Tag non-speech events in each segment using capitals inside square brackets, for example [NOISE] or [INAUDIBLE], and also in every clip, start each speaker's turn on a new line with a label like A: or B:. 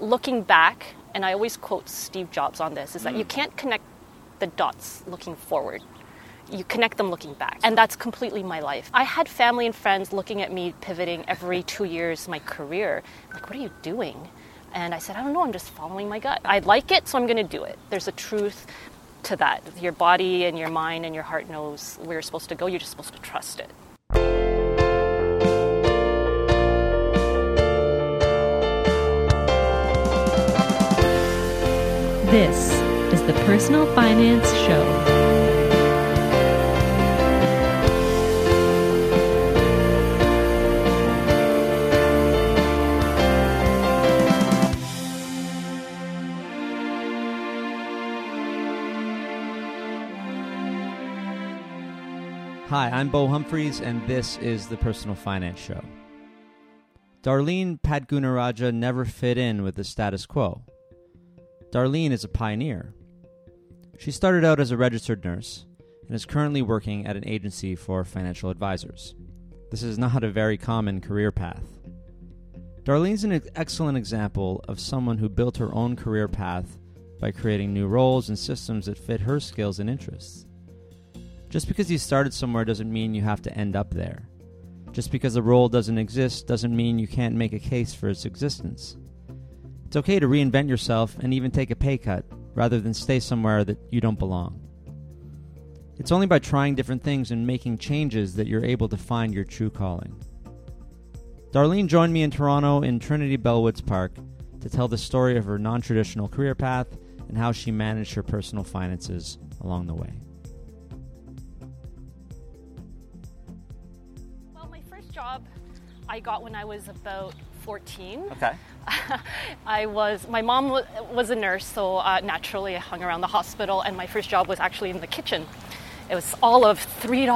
A: looking back, and I always quote Steve Jobs on this, is that you can't connect the dots looking forward. You connect them looking back. And that's completely my life. I had family and friends looking at me pivoting every two years my career. Like, what are you doing? And I said, I don't know, I'm just following my gut. I like it, so I'm going to do it. There's a truth to that. Your body and your mind and your heart knows where you're supposed to go. You're just supposed to trust it.
B: This is the Personal Finance Show.
C: Hi, I'm Bo Humphreys, and this is the Personal Finance Show. Darlene Padgunaraja never fit in with the status quo. Darlene is a pioneer. She started out as a registered nurse and is currently working at an agency for financial advisors. This is not a very common career path. Darlene's an ex- excellent example of someone who built her own career path by creating new roles and systems that fit her skills and interests. Just because you started somewhere doesn't mean you have to end up there. Just because a role doesn't exist doesn't mean you can't make a case for its existence. It's okay to reinvent yourself and even take a pay cut rather than stay somewhere that you don't belong. It's only by trying different things and making changes that you're able to find your true calling. Darlene joined me in Toronto in Trinity Bellwoods Park to tell the story of her non traditional career path and how she managed her personal finances along the way.
A: Well, my first job I got when I was about 14.
C: Okay.
A: [LAUGHS] I was, my mom wa- was a nurse, so uh, naturally I hung around the hospital, and my first job was actually in the kitchen. It was all of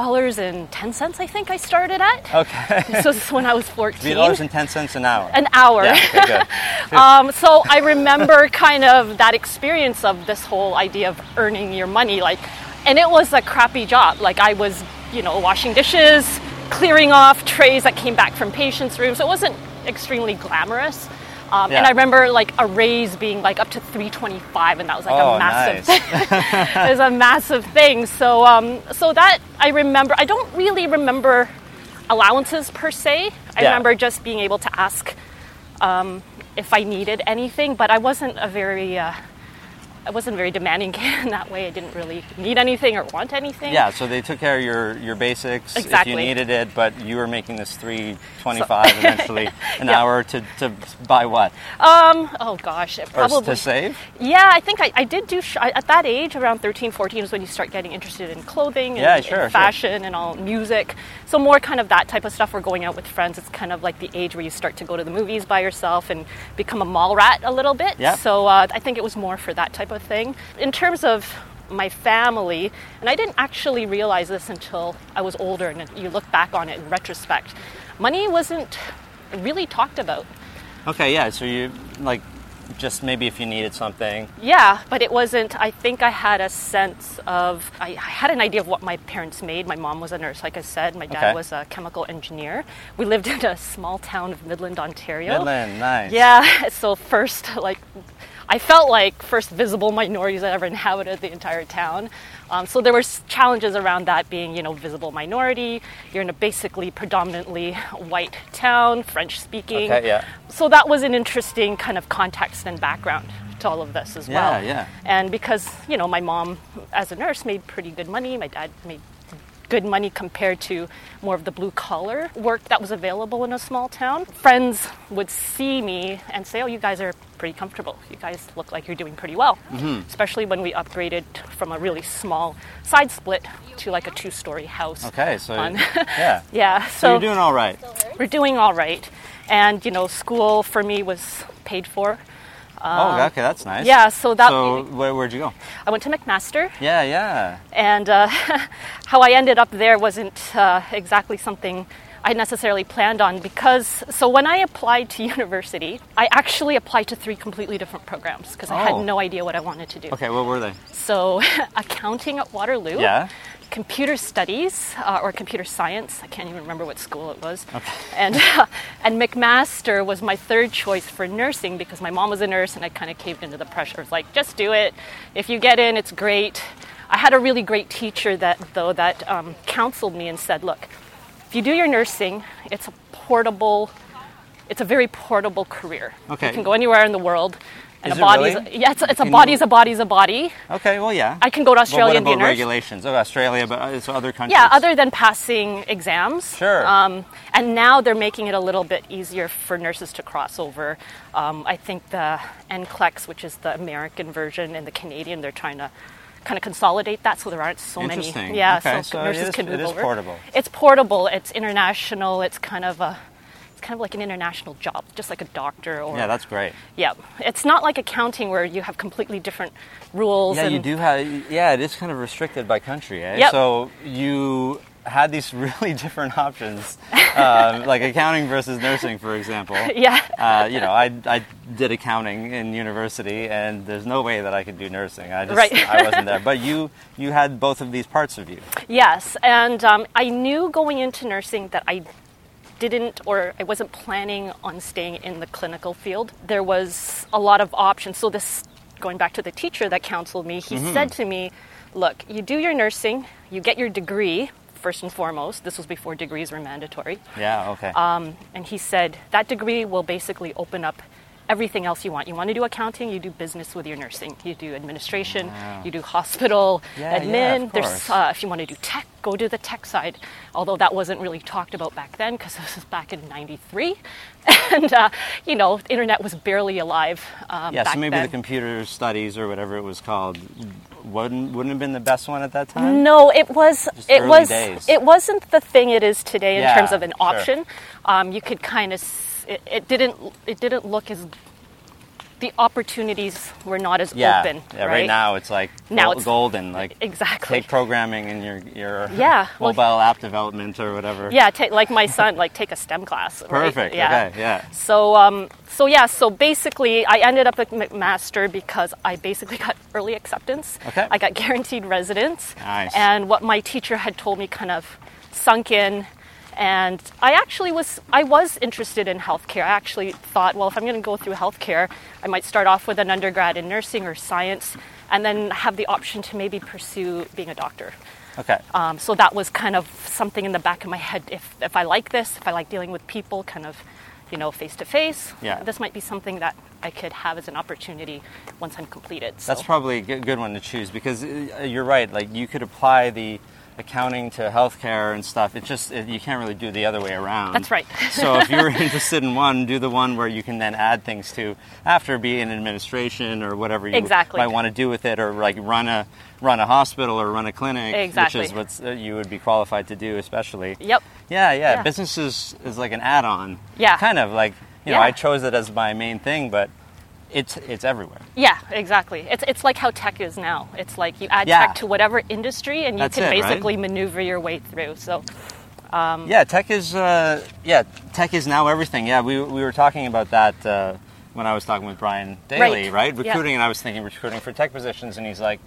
A: $3.10, I think I started at.
C: Okay.
A: [LAUGHS] so this is when I was 14.
C: $3.10 an hour.
A: an hour.
C: okay, good.
A: Um, so I remember kind of that experience of this whole idea of earning your money, like, and it was a crappy job. Like I was, you know, washing dishes, clearing off trays that came back from patients' rooms. It wasn't extremely glamorous. Um, And
C: Yeah.
A: I remember like a raise being like up to 325, and that was like [LAUGHS]
C: Oh,
A: a massive
C: nice.
A: it was a massive thing. So, um, so that I remember. I don't really remember allowances per se. I
C: Yeah.
A: remember just being able to ask um, if I needed anything, but I wasn't a very, uh, I wasn't very demanding [LAUGHS] kid in that way. I didn't really need anything or want anything.
D: Yeah, so they took care of your, your basics
A: Exactly.
D: if you needed it, but you were making this three twenty five
A: [LAUGHS]
D: eventually an
A: Yeah.
D: hour to, to buy what?
A: Um. Oh gosh. It
D: Or s-
A: probably.
D: to save?
A: Yeah, I think I, I did do sh- I- at that age, around 13, 14, is when you start getting interested in clothing and,
D: Yeah,
A: and
D: sure, sure.
A: fashion and all music. So more kind of that type of stuff. We're going out with friends. It's kind of like the age where you start to go to the movies by yourself and become a mall rat a little bit.
D: Yeah.
A: So uh, I think it was more for that type of thing. In terms of my family, and I didn't actually realize this until I was older, and you look back on it in retrospect, money wasn't really talked about.
D: Okay, yeah, so you like just maybe if you needed something.
A: Yeah, but it wasn't. I think I had a sense of, I, I had an idea of what my parents made. My mom was a nurse, like I said. My dad
D: Okay.
A: was a chemical engineer. We lived in a small town of Midland, Ontario.
D: Midland, nice.
A: Yeah, [LAUGHS] so first, like, I felt like first visible minorities that ever inhabited the entire town. Um, so there were s- challenges around that being, you know, visible minority. You're in a basically predominantly white town, French speaking.
D: Okay, yeah.
A: So that was an interesting kind of context and background to all of this as
D: Yeah,
A: well.
D: yeah.
A: And because, you know, my mom as a nurse made pretty good money, my dad made good money compared to more of the blue collar work that was available in a small town. Friends would see me and say, "Oh, you guys are pretty comfortable. You guys look like you're doing pretty well."
D: Mm-hmm.
A: Especially when we upgraded from a really small side split to like a two-story house.
D: Okay, so
A: on- [LAUGHS]
D: yeah. So,
A: yeah, so, uh,
D: you're doing all right.
A: we're doing all right. And you know, school for me was paid for.
D: oh, okay, that's nice.
A: yeah, so that-
D: So where, where'd you go?
A: I went to McMaster
D: Yeah, yeah.
A: and uh, [LAUGHS] how I ended up there wasn't uh, exactly something I necessarily planned on because so when I applied to [LAUGHS] university, I actually applied to three completely different programs because I
D: Oh.
A: had no idea what I wanted to do.
D: Okay, what were they?
A: So [LAUGHS] accounting at Waterloo.
D: Yeah.
A: computer studies uh, or computer science. I can't even remember what school it was. [LAUGHS] And, and McMaster was my third choice for nursing because my mom was a nurse and I kind of caved into the pressure. I was like, just do it. If you get in, it's great. I had a really great teacher that, though, that um, counseled me and said, look, if you do your nursing, it's a portable, it's a very portable career.
D: Okay.
A: You can go anywhere in the world. And
D: Is
A: a
D: it
A: body's,
D: really?
A: yeah, it's, it's a
D: Can you-
A: body's a body's a body.
D: Okay, well, yeah.
A: I can go to
D: But
A: Australia
D: what
A: and be a
D: about
A: nurse.
D: regulations of Australia, but uh, so other countries?
A: Yeah, other than passing exams.
D: Sure.
A: Um, and now they're making it a little bit easier for nurses to cross over. Um, I think the NCLEX, E which is the American version, and the Canadian, they're trying to kind of consolidate that so there aren't so many.
D: Interesting.
A: Yeah,
D: Okay,
A: so,
D: so it
A: nurses
D: is-
A: can
D: it
A: move
D: is
A: over.
D: portable.
A: It's portable. It's international. It's kind of a, it's kind of like an international job, just like a doctor or.
D: Yeah, that's great.
A: Yeah, it's not like accounting where you have completely different rules.
D: Yeah,
A: and
D: you do have. Yeah, it is kind of restricted by country. Eh?
A: Yep.
D: So you had these [LAUGHS] really different
A: [LAUGHS]
D: options, um, like accounting versus nursing, for example.
A: Yeah.
D: Uh, you know, I, I did accounting in university, and there's no way that I could do nursing. I just
A: Right.
D: I wasn't there. But you you had both of these parts of you.
A: Yes, and um, I knew going into nursing that I didn't or I wasn't planning on staying in the clinical field. There was a lot of options. So this going back to the teacher that counseled me, he said to me, "Look, you do your nursing, you get your degree first and foremost. This was before degrees were mandatory."
D: Yeah. Okay.
A: Um, and he said, that degree will basically open up everything else you want. You want to do accounting, you do business with your nursing, you do administration, you do hospital,
D: Yeah, yeah,
A: admin.
D: of
A: There's,
D: course.
A: uh, if you want to do tech, go to the tech side. Although that wasn't really talked about back then because this was back in 93. [LAUGHS] And, uh, you know, the internet was barely alive um,
D: yeah.
A: back
D: So maybe
A: then.
D: the computer studies or whatever it was called wouldn't wouldn't have been the best one at that time.
A: No, it was
D: Just
A: it
D: early
A: was
D: days.
A: it wasn't the thing it is today in
D: Yeah,
A: terms of an
D: sure.
A: option. Um, you could kind of it, it didn't it didn't look as the opportunities were not as
D: Yeah.
A: open.
D: yeah
A: right
D: now it's like
A: Now
D: gol-
A: it's-
D: golden. Like
A: exactly.
D: take programming in your your
A: Yeah, well-
D: mobile app development or whatever.
A: yeah, ta like my son, like take a STEM class. right?
D: Perfect.
A: Yeah.
D: Okay. Yeah.
A: So, um, so yeah, so basically, I ended up at McMaster because I basically [LAUGHS] got early acceptance.
D: Okay.
A: I got guaranteed residence.
D: Nice.
A: And what my teacher had told me kind of sunk in, and I actually was I was interested in healthcare. I actually thought, well, if I'm going to go through healthcare, I might start off with an undergrad in nursing or science, and then have the option to maybe pursue being a doctor.
D: Okay.
A: Um, so that was kind of something in the back of my head. If, if I like this, if I like dealing with people, kind of, you know, face to face,
D: Yeah.
A: this might be something that I could have as an opportunity once I'm completed. So.
D: That's probably a good good one to choose because uh, you're right. Like you could apply the accounting to healthcare and stuff. It's just it, you can't really do the other way around.
A: That's right.
D: so if you're [LAUGHS] interested in one, do the one where you can then add things to after be in administration or whatever you
A: Exactly.
D: might want to do with it, or like run a run a hospital or run a clinic,
A: Exactly.
D: which is what uh, you would be qualified to do, especially.
A: Yep.
D: Yeah, yeah.
A: Yeah.
D: Business is, is like an add-on.
A: Yeah.
D: Kind of like you know
A: Yeah.
D: I chose it as my main thing, but it's it's everywhere.
A: Yeah, exactly. It's, it's like how tech is now. It's like you add
D: Yeah.
A: tech to whatever industry and you
D: That's
A: can
D: it, right?
A: basically maneuver your way through. So,
D: Yeah, tech is uh, yeah, tech is now everything. Yeah, we we were talking about that uh, when I was talking with Brian Daly,
A: Right.
D: right?
A: Yeah.
D: Recruiting, and I was thinking recruiting for tech positions, and he's like,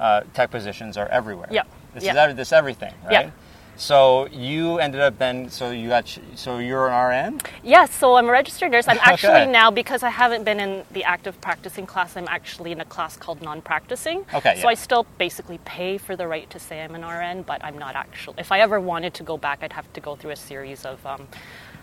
D: uh, tech positions are everywhere.
A: Yep.
D: this
A: Yep.
D: is ev- this everything,
A: Yep.
D: right? So you ended up then. So you got. sh- So you're an RN.
A: yeah, so I'm a registered nurse. I'm actually
D: Okay.
A: now, because I haven't been in the active practicing class, I'm actually in a class called non practicing.
D: Okay,
A: So
D: yeah.
A: I still basically pay for the right to say I'm an RN, but I'm not actually. If I ever wanted to go back, I'd have to go through a series of, um,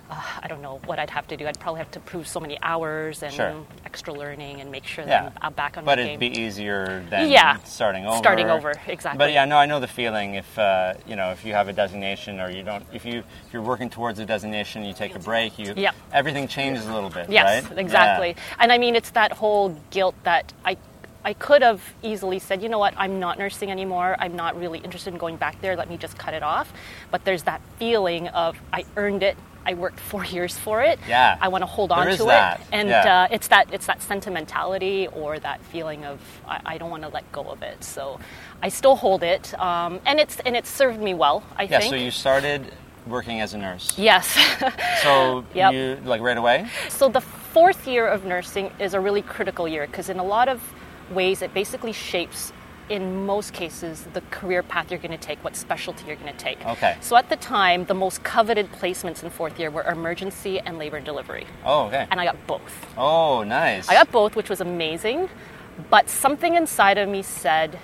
A: uh, I don't know what I'd have to do. I'd probably have to prove so many hours and
D: Sure.
A: extra learning and make sure that
D: Yeah,
A: I'm- I'm back on
D: But
A: my
D: it'd
A: game.
D: be easier than
A: Yeah.
D: starting over.
A: Starting over, exactly.
D: But yeah, no, I know the feeling. If uh, you know, if you have a designation, or you don't, if you if you're working towards a designation, you take a break. You
A: Yep.
D: everything changes a little bit.
A: Yes,
D: right?
A: exactly.
D: Yeah.
A: And I mean, it's that whole guilt that I, I could have easily said, you know what, I'm not nursing anymore. I'm not really interested in going back there. Let me just cut it off. But there's that feeling of I earned it. I worked four [LAUGHS] years for it.
D: Yeah.
A: I want to hold
D: There
A: on
D: is
A: to
D: that.
A: it. And
D: Yeah.
A: uh, it's that it's that sentimentality or that feeling of I, I don't want to let go of it. So I still hold it. Um, and it's and it's served me well. I
D: Yeah.
A: think.
D: So you started working as a nurse.
A: yes. [LAUGHS]
D: So
A: Yep.
D: you like right away.
A: So the fourth year of nursing is a really critical year because in a lot of ways it basically shapes in most cases, the career path you're going to take, what specialty you're going to take.
D: Okay.
A: So at the time, the most coveted placements in fourth year were emergency and labor and delivery.
D: Oh, okay.
A: And I got both.
D: oh, nice.
A: I got both, which was amazing, but something inside of me said,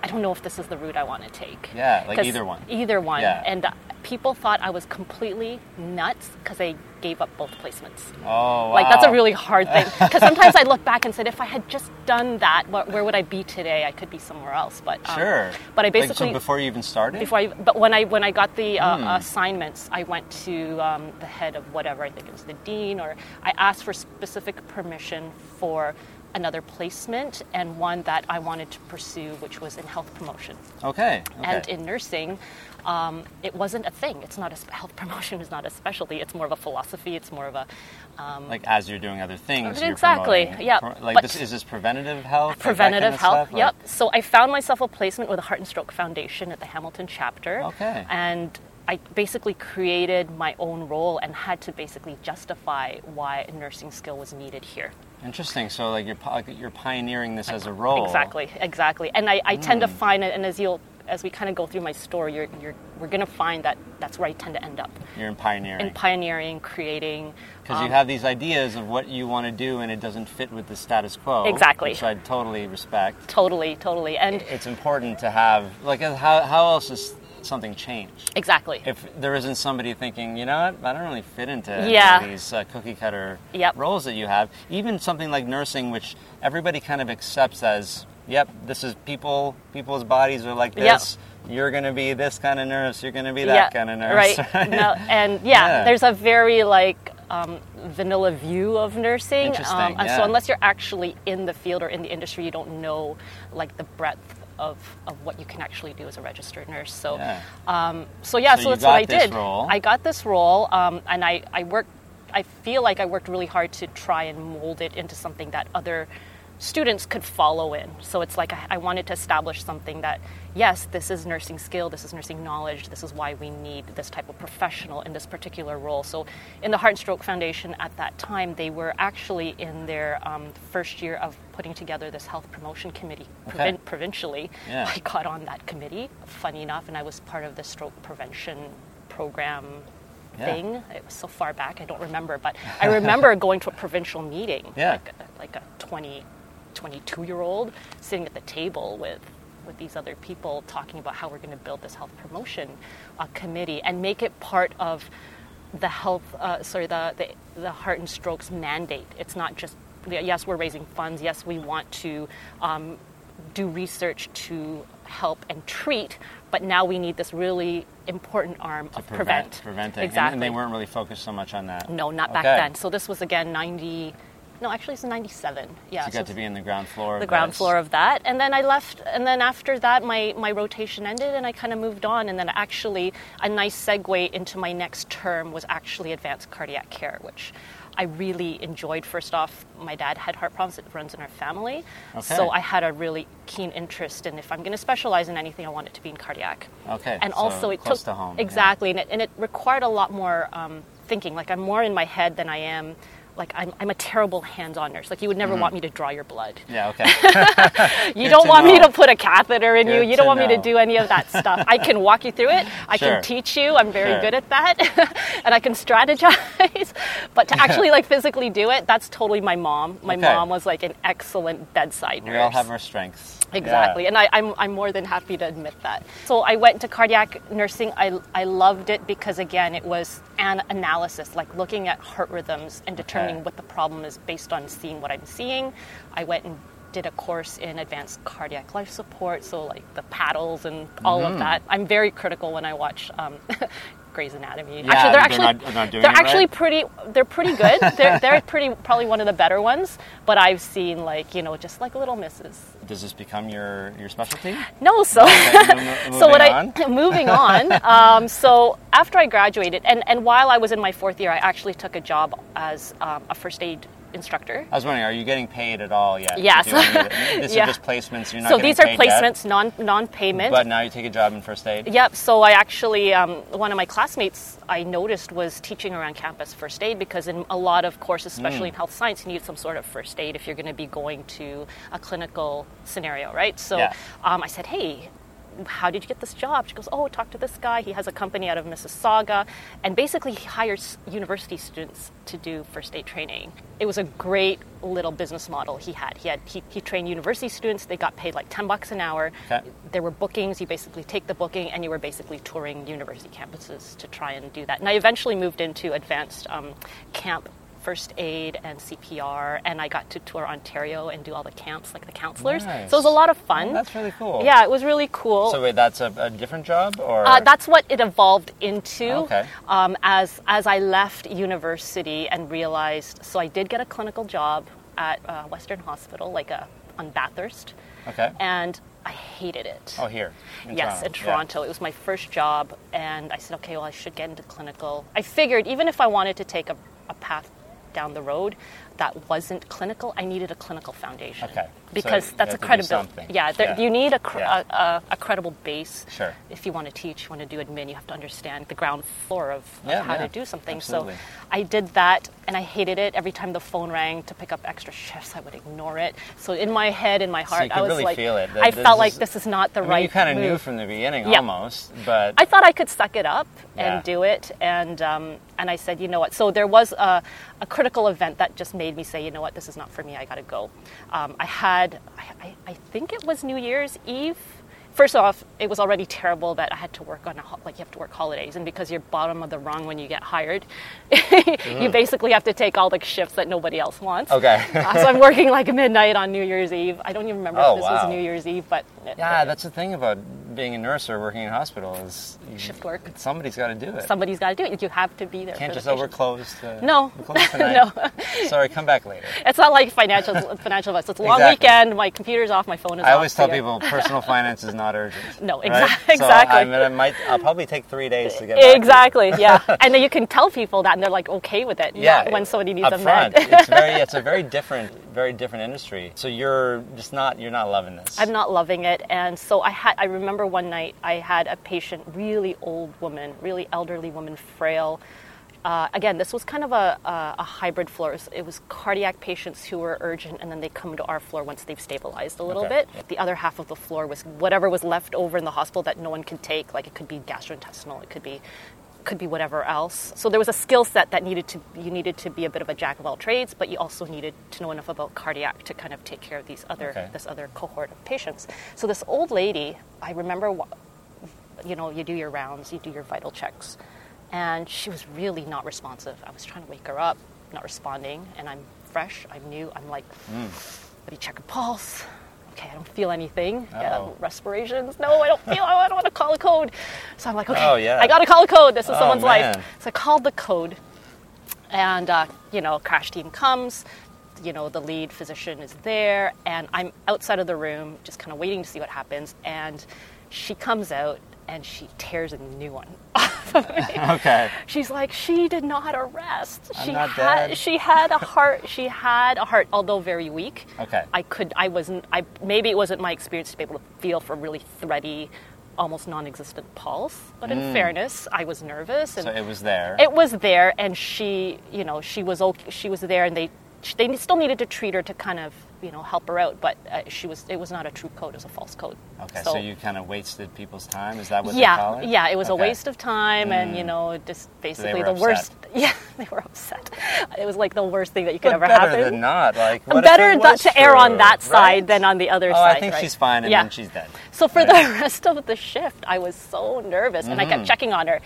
A: I don't know if this is the route I want to take.
D: Yeah, like
A: 'Cause
D: either one.
A: Either one.
D: Yeah.
A: And uh, people thought I was completely nuts because I gave up both placements.
D: oh, wow.
A: Like, that's a really hard thing. Because sometimes I look back and said, if I had just done that, what, where would I be today? I could be somewhere else. But um,
D: Sure.
A: But I
D: Like, so
A: basically
D: before you even started?
A: before I, but when I when I got the
D: Hmm.
A: uh, assignments, I went to um, the head of whatever I think it was the dean, or I asked for specific permission for another placement and one that I wanted to pursue, which was in health promotion
D: Okay. okay.
A: and in nursing. Um, it wasn't a thing. It's not a sp- health [LAUGHS] promotion is not a specialty. It's more of a philosophy. It's more of a um,
D: like as you're doing other things. you're
A: Exactly,
D: promoting-
A: yeah,
D: pro- Like
A: but-
D: this is this preventative health. like that
A: preventative
D: kind of
A: health.
D: stuff? Like-
A: yep. So I found myself a placement with the Heart and Stroke Foundation at the Hamilton chapter.
D: Okay.
A: And I basically created my own role and had to basically justify why a nursing skill was needed here.
D: Interesting. So like you're pi- you're pioneering this as a role.
A: Exactly, exactly. And I, I tend
D: Hmm.
A: to find it, and as you'll as we kind of go through my story, you're, you're, we're going to find that that's where I tend to end up
D: You're in pioneering.
A: in pioneering, creating.
D: because
A: um,
D: you have these ideas of what you want to do and it doesn't fit with the status quo.
A: Exactly.
D: Which I totally respect.
A: totally, totally, and
D: It's important to have like uh, how how else is something changed?
A: exactly.
D: If there isn't somebody thinking, you know what, I don't really fit into any of
A: Yeah.
D: these uh, cookie cutter
A: Yep.
D: roles that you have, even something like nursing, which everybody kind of accepts as, yep, this is people, people's bodies are like
A: Yep.
D: this. You're going to be this kind of nurse, you're going to be that kind of nurse.
A: Right. no, and yeah,
D: Yeah.
A: there's a very like um, vanilla view of nursing.
D: Interesting,
A: um, and So
D: yeah.
A: unless you're actually in the field or in the industry, you don't know like the breadth of, of what you can actually do as a registered nurse. So
D: [LAUGHS] Yeah.
A: so yeah,
D: So
A: so,
D: you
A: that's what
D: got
A: I
D: this
A: did.
D: role.
A: I got this role, um, and I, I worked. I feel like I worked really hard to try and mold it into something that other students could follow in. So it's like I, I wanted to establish something that yes, this is nursing skill, this is nursing knowledge, this is why we need this type of professional in this particular role. So in the Heart and Stroke Foundation at that time, they were actually in their um, first year of putting together this health promotion committee
D: Okay.
A: provin- provincially. [LAUGHS]
D: Yeah.
A: I got on that committee, funny enough, and I was part of the stroke prevention program
D: Yeah.
A: thing. It was so far back, I don't remember, but
D: [LAUGHS]
A: I remember going to a provincial meeting,
D: Yeah.
A: like, like a 20, 22 year old, sitting at the table with, with these other people talking about how we're going to build this health promotion uh, committee and make it part of the health, uh, sorry, the, the, the heart and strokes mandate. It's not just, yes, we're raising funds, yes, we want to um, do research to help and treat, but now we need this really important arm of prevent.
D: Preventing. And-
A: Exactly.
D: And, they weren't really focused so much on that.
A: No, not back
D: Okay.
A: then. So this was again 90. No, actually, it's 97. Yeah.
D: So you got to be in the ground floor. of
A: the ground
D: this.
A: floor of that. And then I left, and then after that, my, my rotation ended, and I kind of moved on. And then actually, a nice segue into my next term was actually advanced cardiac care, which I really enjoyed. First off, my dad had heart problems, it runs in our family. So
D: Okay.
A: I had a really keen interest in if I'm going to specialize in anything, I want it to be in cardiac.
D: Okay,
A: And
D: so
A: also, it
D: close
A: took
D: to home, yeah.
A: exactly, and, it, and it required a lot more um, thinking. Like I'm more in my head than I am. Like I'm, I'm a terrible hands-on nurse. Like you would never
D: Mm-hmm.
A: want me to draw your blood.
D: Yeah, okay.
A: You don't
D: to
A: want me
D: know.
A: to put a catheter in you.
D: Good
A: You don't
D: to
A: want me
D: know.
A: to do any of that stuff. I can walk you through it. I
D: Sure.
A: can teach you. I'm very
D: Sure.
A: good at that, [LAUGHS] and I can strategize. [LAUGHS] but to actually like physically do it, that's totally my mom. My
D: Okay.
A: mom was like an excellent bedside nurse.
D: we all have
A: [LAUGHS]
D: our strengths.
A: Exactly,
D: Yeah.
A: and I, I'm, I'm more than happy to admit that. So I went to cardiac nursing. I, I loved it because, again, it was an analysis, like looking at heart rhythms and determining
D: Okay.
A: what the problem is based on seeing what I'm seeing. I went and did a course in advanced cardiac life support, so like the paddles and all
D: Mm.
A: of that. I'm very critical when I watch. Um, [LAUGHS] Grey's Anatomy. actually,
D: Yeah, they're
A: they're actually
D: not- they're not doing
A: they're
D: it right.
A: actually pretty they're pretty good. they're they're pretty probably one of the better ones. But I've seen like you know just like Little Misses
D: Does this become your,
A: [LAUGHS]
D: your specialty?
A: no, so
D: Okay, mo- mo-
A: so what
D: moving
A: [LAUGHS] I
D: on.
A: moving on.
D: [LAUGHS]
A: Um, so after I graduated, and and while I was in my fourth year, I actually took a job as um, a first aid instructor.
D: I was wondering, are you getting paid at all yet? to
A: Yes.
D: do
A: [LAUGHS]
D: any of it? These
A: Yeah.
D: are just placements. You're not
A: So
D: getting
A: these are
D: paid yet,
A: placements, non non payment.
D: but now you take a job in first aid.
A: Yep. So I actually, um, one of my classmates I noticed was teaching around campus first aid because in a lot of courses,
D: Hmm.
A: especially in health science, you need some sort of first aid if you're going to be going to a clinical scenario, right? So
D: Yeah.
A: um, I said, hey, how did you get this job? She goes, oh, talk to this guy. He has a company out of Mississauga. And basically, he hires university students to do first aid training. It was a great little business model he had. He, had, he, he trained university students. They got paid like 10 bucks an hour
D: Okay.
A: there were bookings. You basically take the booking, and you were basically touring university campuses to try and do that. And I eventually moved into advanced um, camp first aid and CPR, and I got to tour Ontario and do all the camps, like the counselors.
D: Nice.
A: So it was a lot of fun.
D: Mm-hmm. That's really cool.
A: Yeah, it was really cool.
D: So wait, that's a, a different job, or
A: Uh, that's what it evolved into
D: Okay.
A: um, as, as I left university and realized. So I did get a clinical job at uh, Western Hospital, like a, on Bathurst,
D: okay.
A: and I hated it.
D: oh, here. In
A: yes,
D: Toronto.
A: in
D: Yeah.
A: Toronto. It was my first job, and I said, okay, well, I should get into clinical. I figured even if I wanted to take a, a path down the road that wasn't clinical, I needed a clinical foundation.
D: Okay. So
A: Because
D: you
A: that's a
D: have to do
A: credibility.
D: something.
A: Yeah, there,
D: Yeah.
A: you need a, cr-
D: Yeah.
A: a, a, a credible base.
D: Sure.
A: If you want to teach, you want to do admin, you have to understand the ground floor of, of
D: Yeah,
A: how
D: yeah.
A: to do something.
D: Absolutely.
A: So I did that and I hated it. Every time the phone rang to pick up extra shifts, I would ignore it. So in my head, in my
D: you
A: heart,
D: could
A: I was
D: really
A: like,
D: feel it, that
A: I
D: this
A: felt like
D: is-
A: this is not the
D: I mean,
A: right
D: you kind of
A: move.
D: knew from the beginning
A: Yeah.
D: almost, but
A: I thought I could suck it up
D: Yeah.
A: and do it, and um, and I said, you know what? So there was a, a critical event that just made me say, you know what? This is not for me. I got to go. Um, I had, I, I, I think it was New Year's Eve. First off, it was already terrible that I had to work on a, ho- like you have to work holidays, and because you're bottom of the rung when you get hired, [LAUGHS] you basically have to take all the shifts that nobody else wants.
D: Mm-hmm. okay.
A: Uh, [LAUGHS] so I'm working like midnight on New Year's Eve. I don't even remember
D: Oh,
A: if this
D: wow.
A: was New Year's Eve, but
D: [LAUGHS] yeah, that's the thing about being a nurse or working in a hospital is you-
A: Shift work.
D: Somebody's got to do it.
A: somebody's got to do it. You have to be there.
D: Can't
A: for the
D: just oh, we're
A: patient.
D: closed. uh,
A: [LAUGHS] No.
D: we're closed tonight. no. Sorry, come back later.
A: It's not like financial
D: [LAUGHS]
A: financial advice. It's a long
D: Exactly.
A: weekend. My computer's off. My phone is off.
D: I always
A: so
D: tell
A: yeah.
D: people personal finance is not urgent.
A: [LAUGHS] No,
D: right?
A: exac-
D: So
A: exactly.
D: I, mean, I might, I'll probably take three days to get back to you.
A: Exactly. Yeah,
D: [LAUGHS]
A: and then you can tell people that, and they're like okay with it.
D: Yeah,
A: not when somebody needs
D: up
A: a
D: front.
A: med. [LAUGHS]
D: it's very, it's a very different, very different industry. So you're just not, you're not loving this.
A: I'm not loving it, and so I had. I remember one night I had a patient, really old woman, really elderly woman, frail. Uh, again, this was kind of a, a, a hybrid floor. It was, it was cardiac patients who were urgent, and then they come to our floor once they've stabilized a little
D: Okay.
A: bit. The other half of the floor was whatever was left over in the hospital that no one could take. Like it could be gastrointestinal, it could be could be whatever else. So there was a skill set that needed to you needed to be a bit of a jack of all trades, but you also needed to know enough about cardiac to kind of take care of these other
D: Okay.
A: this other cohort of patients. So this old lady, I remember, wa- you know, you do your rounds, you do your vital checks, and she was really not responsive. I was trying to wake her up, not responding, and I'm fresh, I'm new, I'm like,
D: Hmm.
A: let me check her pulse. Okay, I don't feel anything. Yeah,
D: Uh-oh.
A: respirations. No, I don't feel. I don't want to call a code. So I'm like, okay,
D: Oh, yeah.
A: I gotta call a code. This is
D: Oh,
A: someone's
D: man.
A: life. So I called the code, and uh, you know, crash team comes. You know, the lead physician is there, and I'm outside of the room, just kind of waiting to see what happens. And she comes out, and she tears a new one.
D: [LAUGHS]
A: [LAUGHS]
D: okay.
A: She's like, she did not arrest.
D: I'm
A: she
D: not
A: had
D: dead.
A: she had a heart. She had a heart, although very weak.
D: Okay.
A: I could. I wasn't. I maybe it wasn't my experience to be able to feel for really thready, almost non-existent pulse. But in fairness, I was nervous and
D: Mm. So it was there.
A: it was there, and she, you know, she was okay, she was there, and they they still needed to treat her to kind of you know help her out, but uh, she was it was not a true code, it was a false code.
D: okay. So, you kind of wasted people's time. Is that what
A: yeah,
D: they call it?
A: yeah, it was
D: Okay. Mm.
A: a waste of time, and you know, just basically
D: were
A: the
D: upset.
A: worst. [LAUGHS] Yeah, they were upset. It was like the worst thing that you could
D: But
A: ever
D: better
A: happen.
D: than not. Like what if
A: Better
D: it
A: th-
D: was
A: to err on
D: true,
A: that side
D: right?
A: than on the other
D: Oh,
A: side.
D: I think
A: right?
D: she's fine, and
A: yeah.
D: then she's dead.
A: So for
D: Right. Mm-hmm.
A: the [LAUGHS] rest of the shift, I was so nervous, and I kept checking on her,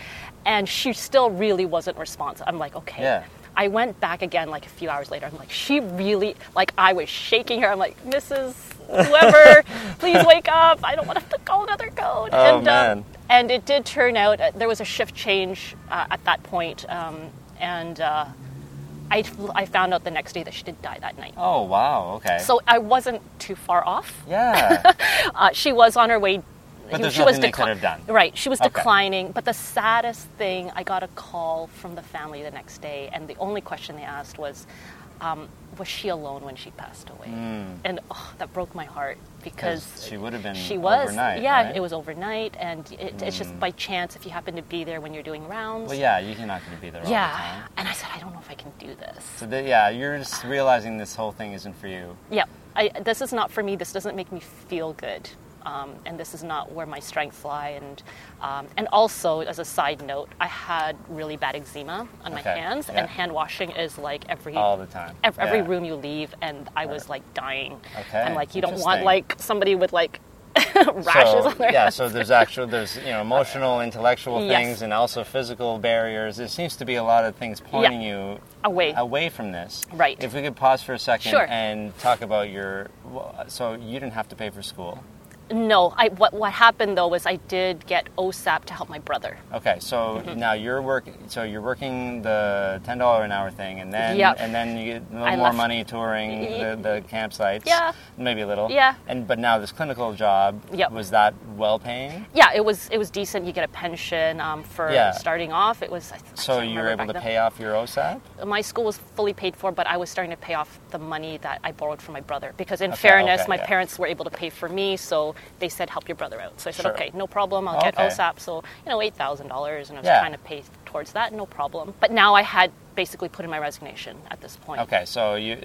A: and she still really wasn't responsive. I'm like, okay.
D: Yeah.
A: I went back again like a few hours later. I'm like, she really like I was shaking her. I'm like, Mrs.
D: [LAUGHS]
A: Whoever, please wake up. I don't want to have to call another code. and,
D: Oh,
A: um,
D: man.
A: and it did turn out uh, there was a shift change uh, at that point, um, and uh, I, I found out the next day that she did die that night.
D: Oh wow. Okay.
A: So I wasn't too far off. [LAUGHS]
D: yeah.
A: Uh, she was on her way.
D: But
A: she
D: there's
A: was
D: nothing they could
A: decli-
D: have done.
A: Right, she was
D: Okay.
A: declining. But the saddest thing, I got a call from the family the next day, and the only question they asked was, um, was she alone when she passed away? And oh, that broke my heart because
D: Hmm. she would have been
A: she was
D: overnight,
A: yeah
D: right? Hmm.
A: it was overnight and it, it's just by chance if you happen to be there when you're doing rounds
D: Well, yeah, you're not going to be there all the
A: yeah
D: time.
A: and I said I don't know if I can do this
D: So, the, yeah, you're just realizing this whole thing isn't for you.
A: yeah I, this is not for me this doesn't make me feel good um, and this is not where my strengths lie and um, and also as a side note I had really bad eczema on my
D: Okay,
A: hands
D: yeah.
A: and hand washing is like every
D: All the time.
A: ev- every
D: Yeah.
A: room you leave and I was like dying
D: Okay,
A: and like you don't want
D: interesting.
A: like somebody with like [LAUGHS] rashes
D: So,
A: on their
D: yeah,
A: hands
D: so there's actual, there's you know
A: [LAUGHS]
D: emotional, intellectual
A: Yes.
D: things, and also physical barriers. There seems to be a lot of things pointing you
A: away
D: away from this.
A: Right.
D: If we could pause for a second
A: Sure.
D: and talk about your, well, so you didn't have to pay for school.
A: No, I, what, what happened though was I did get OSAP to help my brother.
D: Okay,
A: [LAUGHS]
D: so now you're work. So you're working the ten dollar an hour thing, and then
A: Yep.
D: and then you get a little
A: I
D: more
A: left-
D: money touring the, the campsites.
A: Yeah.
D: maybe a little.
A: Yeah.
D: and but now this clinical job.
A: Yep.
D: was that well paying?
A: Yeah, it was it was decent. You get a pension um, for
D: Yeah.
A: starting off. It was I th- I
D: So
A: can't
D: you were
A: remember
D: able to
A: back
D: pay off your OSAP.
A: then. My school was fully paid for, but I was starting to pay off the money that I borrowed from my brother because, in
D: Okay,
A: fairness,
D: okay,
A: my
D: yeah.
A: parents were able to pay for me, so they said help your brother out. So I said
D: Sure.
A: okay, no problem. I'll get
D: Okay.
A: OSAP. So you know eight thousand dollars, and I was
D: Yeah.
A: trying to pay towards that, no problem. But now I had basically put in my resignation at this point.
D: Okay, so you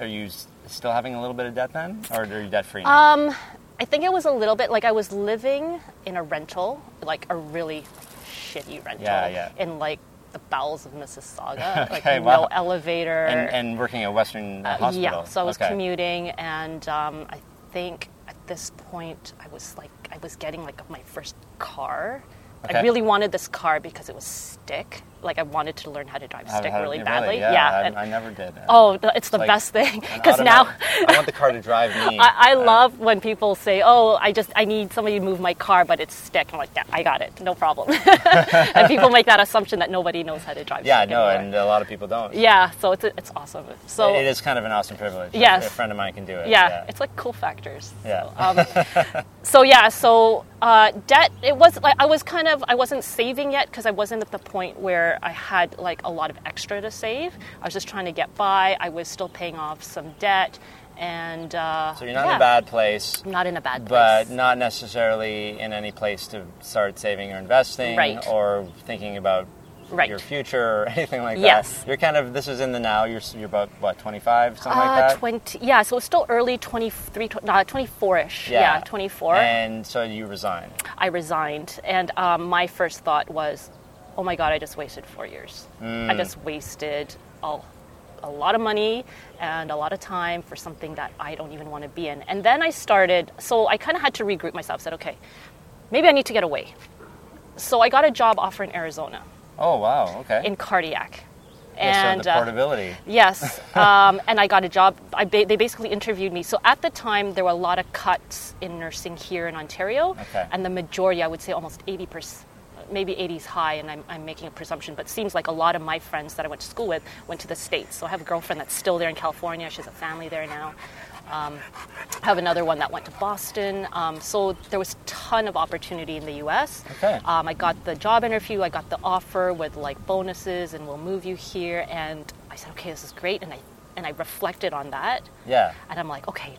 D: are you s- still having a little bit of debt then, or are you debt free?
A: Um, I think it was a little bit like I was living in a rental, like a really shitty rental
D: Yeah, yeah.
A: in like the bowels of
D: [LAUGHS]
A: Mississauga, like
D: Okay,
A: no
D: wow.
A: elevator.
D: and, and working at Western uh,
A: Uh,
D: Hospital.
A: yeah, so I was
D: Okay.
A: commuting, and um, I think at this point I was like I was getting like my first car. I
D: Okay.
A: really wanted this car because it was stick. Like I wanted to learn how to drive
D: How-
A: stick
D: how-
A: really badly.
D: Yeah, I,
A: and-
D: I never did.
A: oh, th- it's the
D: like
A: best thing [LAUGHS]
D: An
A: because now.
D: automatic- I uh, want the car to
A: [LAUGHS]
D: drive me.
A: I, I love when people say, "Oh, I just I need somebody to move my car, but it's stick." I'm like, "Yeah, I got it, no problem." [LAUGHS] and people make that assumption that nobody knows how to drive.
D: Yeah,
A: stick
D: no, and
A: anymore.
D: a lot of people don't.
A: yeah, so it's it's awesome. So
D: it is kind of an awesome privilege.
A: Yes.
D: a friend of mine can do it.
A: yeah, it's like cool factors.
D: Yeah.
A: So, um, [LAUGHS] so yeah, so uh, debt. It was like I was kind of I wasn't saving yet because I wasn't at the point where I had like a lot of extra to save. I was just trying to get by. I was still paying off some debt, and uh,
D: so you're not in
A: yeah.
D: a bad place,
A: I'm not in a bad place.
D: but not necessarily in any place to start saving or investing
A: Right.
D: or thinking about
A: Right.
D: your future or [LAUGHS] anything like
A: Yes.
D: that. You're kind of this is in the now. You're s- you're about what 25 something like
A: Uh,
D: that.
A: 20, yeah, so it's still early 23, tw- nah, 24-ish. Yeah, 24.
D: And so you resign.
A: I resigned, and um, my first thought was, oh my God, I just wasted four years. I just wasted a, a lot of money and a lot of time for something that I don't even want to be in. And then I started, so I kind of had to regroup myself, said, okay, maybe I need to get away. So I got a job offer in Arizona,
D: Oh wow. Okay.
A: in cardiac.
D: Yeah,
A: And
D: so the
A: uh,
D: portability.
A: Yes, um, and I got a job. I ba- they basically interviewed me. So at the time, there were a lot of cuts in nursing here in Ontario,
D: Okay.
A: and the majority, I would say, almost eighty percent, maybe 80s high, and I'm, I'm making a presumption, but seems like a lot of my friends that I went to school with went to the states. So I have a girlfriend that's still there in California. She has a family there now. Um, I have another one that went to Boston. Um, so there was ton of opportunity in the U.S.
D: Okay.
A: Um, I got the job interview. I got the offer with like bonuses, and we'll move you here. And I said, okay, this is great. And I and I reflected on that,
D: yeah.
A: and I'm like, okay,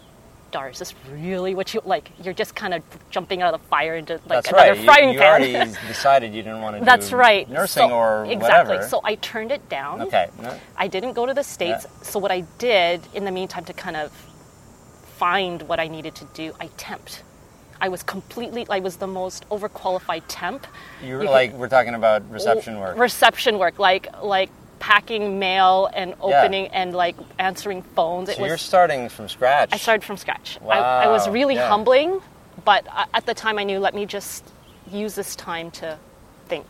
A: Dar, is this really what you like? You're just kind of jumping out of the fire into like
D: That's
A: another
D: right.
A: frying
D: you, you
A: pan. [LAUGHS]
D: already [LAUGHS] decided you didn't want to do
A: That's right.
D: nursing
A: So-
D: or
A: exactly.
D: whatever.
A: So I turned it down.
D: okay. No-
A: I didn't go to the States. So, what I did in the meantime to kind of find what I needed to do, I temped. I was completely, I was the most overqualified temp.
D: You were
A: could-
D: like we're talking about reception work.
A: Reception work, like, like packing mail and
D: Yeah.
A: opening and like answering phones. it
D: so
A: was,
D: you're starting from scratch.
A: I started from scratch. I, I was
D: Wow,
A: really
D: yeah.
A: humbling, but I, at the time I knew, let me just use this time to think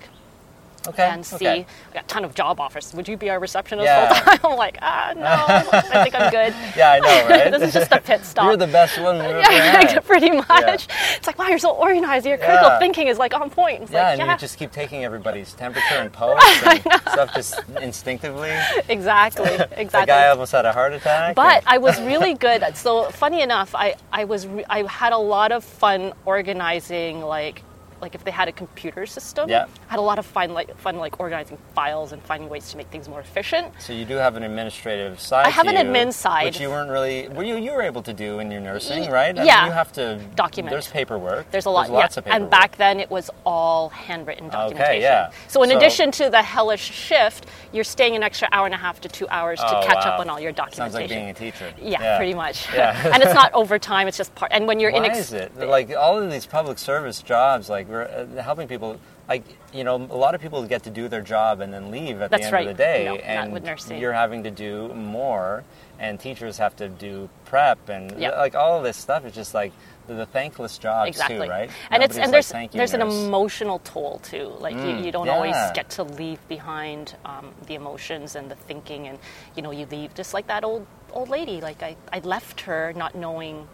D: okay.
A: and see.
D: okay.
A: I got a ton of job offers. Would you be our receptionist
D: Yeah.
A: full time? [LAUGHS] I'm like, ah, no, I think
D: [LAUGHS]
A: I'm good. [LAUGHS]
D: Yeah, I know, right?
A: this is just a pit stop.
D: [LAUGHS] You're the best one. We've ever
A: [LAUGHS] yeah,
D: had.
A: pretty much. It's like, wow, you're so organized. Your critical
D: Yeah.
A: thinking is like on point. It's
D: Yeah,
A: like,
D: and
A: yeah,
D: you just keep taking everybody's temperature and pulse and stuff just instinctively.
A: [LAUGHS] exactly,
D: [LAUGHS] The guy
A: exactly.
D: almost had a heart attack.
A: But
D: and-
A: I was
D: [LAUGHS]
A: really good. at So funny enough, I I was re- I had a lot of fun organizing like like if they had a computer system.
D: Yeah.
A: I had a lot of fun like fun like organizing files and finding ways to make things more efficient.
D: So you do have an administrative side.
A: I have
D: to
A: an
D: you,
A: admin side.
D: which you weren't really. Well, you you were able to do in your nursing,
A: Y-
D: right? I mean,
A: yeah.
D: you have to
A: Document.
D: There's paperwork.
A: There's a lot,
D: lots
A: yeah.
D: of paperwork.
A: And back then, it was all handwritten documentation.
D: yeah.
A: So, in
D: So-
A: addition to the hellish shift, you're staying an extra hour and a half to two hours to
D: Oh,
A: catch
D: wow.
A: up on all your
D: Sounds like
A: documentation.
D: being a teacher.
A: yeah, pretty much.
D: Yeah.
A: [LAUGHS] and it's not overtime; it's just part. And when you're
D: Why
A: in, ex-
D: is it like all of these public service jobs? Like we're uh, helping people. Like you know, a lot of people get to do their job and then leave at
A: That's
D: the end
A: right.
D: of the day.
A: No, not
D: and
A: with nursing.
D: you're having to do more, and teachers have to do prep and
A: Yeah.
D: like all of this stuff. is just like the, the thankless jobs
A: exactly
D: too, right?
A: And it's
D: Nobody's
A: and
D: like,
A: there's
D: "Thank you,
A: there's
D: nurse." Mm,
A: an emotional toll too. Like you, you don't always
D: yeah.
A: get to leave behind um, the emotions and the thinking, and you know you leave just like that old old lady. Like I, I left her not knowing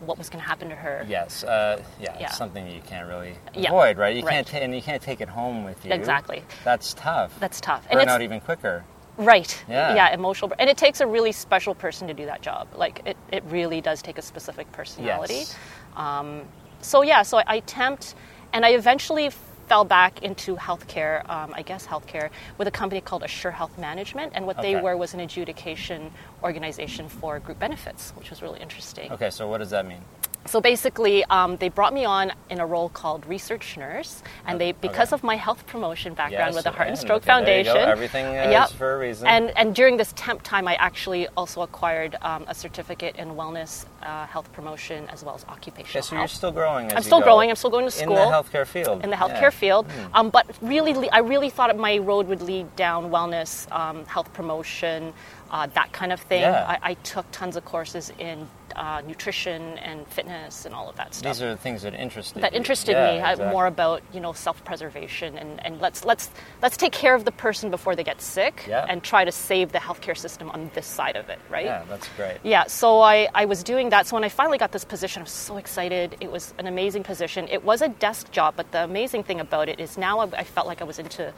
A: what was going to happen to her.
D: Yes, uh, yeah,
A: Yeah.
D: it's something you can't really
A: Yeah,
D: avoid, right? You
A: right.
D: can't, ta- and you can't take it home with you.
A: Exactly.
D: That's tough.
A: That's tough. And
D: Burnout
A: it's-
D: even quicker.
A: Right.
D: Yeah.
A: emotional. And it takes a really special person to do that job. Like, it, it really does take a specific personality.
D: Yes.
A: So, yeah, so I, I temped, and I eventually fell back into healthcare, um, I guess healthcare, with a company called Assure Health Management. And what they
D: Okay.
A: were was an adjudication organization for group benefits, which was really interesting.
D: Okay, so what does that mean?
A: So basically, um, they brought me on in a role called research nurse, and they because
D: Okay.
A: of my health promotion background
D: Yes,
A: with the Heart and
D: yeah,
A: Stroke
D: okay, there you go.
A: Foundation,
D: Everything, uh, is for a reason.
A: And and during this temp time, I actually also acquired um, a certificate in wellness, uh, health promotion, as well as occupational
D: Okay, so you're
A: health
D: still growing. As
A: I'm
D: you
A: still
D: go.
A: growing, I'm still going to
D: in
A: school.
D: the healthcare field.
A: in the
D: Yeah. Hmm.
A: healthcare field. Um, but really, le- I really thought my road would lead down wellness, um, health promotion, uh, that kind of thing.
D: Yeah.
A: I, I took tons of courses in uh, nutrition and fitness and all of that stuff.
D: These are the things that interested
A: that
D: you.
A: interested
D: Yeah,
A: me uh,
D: exactly.
A: more about you know self-preservation and, and let's let's let's take care of the person before they get sick
D: Yeah.
A: and try to save the healthcare system on this side of it right
D: Yeah, that's great.
A: yeah, so I, I was doing that. So when I finally got this position, I was so excited. It was an amazing position. It was a desk job, but the amazing thing about it is now I, I felt like I was into,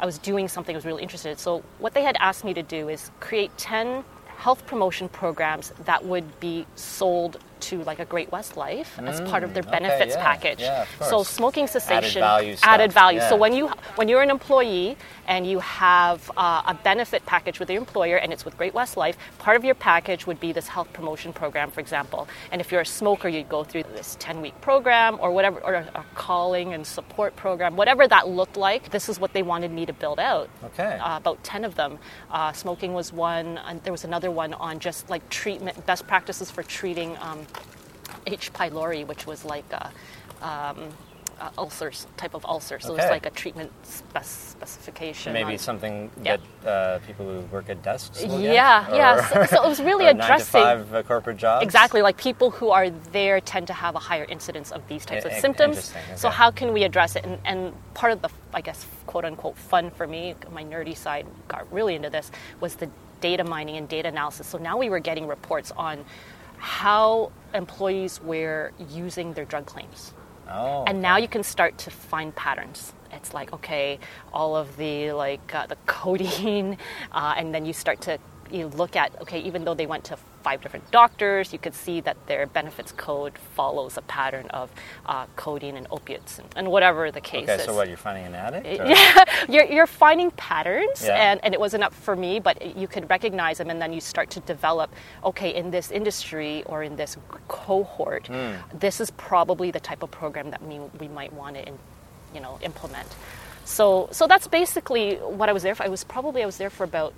A: I was doing something I was really interested in. So what they had asked me to do is create 10 health promotion programs that would be sold to like a Great West Life as part of their
D: Mm, okay,
A: benefits
D: yeah,
A: package.
D: yeah, of
A: so
D: course.
A: smoking cessation,
D: value stuff,
A: added value. So
D: yeah.
A: when you when you're an employee and you have uh, a benefit package with your employer and it's with Great West Life, part of your package would be this health promotion program, for example. And if you're a smoker, you'd go through this 10 week program or whatever, or a, a calling and support program, whatever that looked like. This is what they wanted me to build out.
D: Okay.
A: Uh, about 10 of them. Uh, smoking was one, and there was another one on just like treatment, best practices for treating um, H. pylori, which was like a, um, uh, ulcers, type of ulcer. So it's
D: Okay.
A: like a treatment spec- specification.
D: Maybe
A: on-
D: something
A: uh, Yeah.
D: that uh, people who work at desks. Will get,
A: Yeah, yeah.
D: or-
A: So, so it
D: [LAUGHS]
A: was really
D: or nine to
A: addressing.
D: five uh, corporate jobs.
A: Exactly, like people who are there tend to have a higher incidence of these types
D: I-
A: of
D: I-
A: symptoms.
D: E, interesting,
A: So
D: okay.
A: how can we address it? And, and part of the, I guess, quote unquote, fun for me, my nerdy side got really into this, was the data mining and data analysis. So now we were getting reports on how employees were using their drug claims.
D: Oh.
A: And now you can start to find patterns. It's like okay, all of the like uh, the codeine, [LAUGHS] uh, and then you start to you look at okay, even though they went to five different doctors, you could see that their benefits code follows a pattern of uh, codeine and opiates and, and whatever the case
D: okay,
A: is.
D: so what? You're finding an
A: Uh,
D: addict? Or?
A: you're, you're finding patterns,
D: Yeah.
A: and, and it wasn't up for me, but you could recognize them, and then you start to develop okay, in this industry or in this cohort, this is probably the type of program that we, we might want to in, you know, implement. So, so that's basically what I was there for. I was probably I was there for about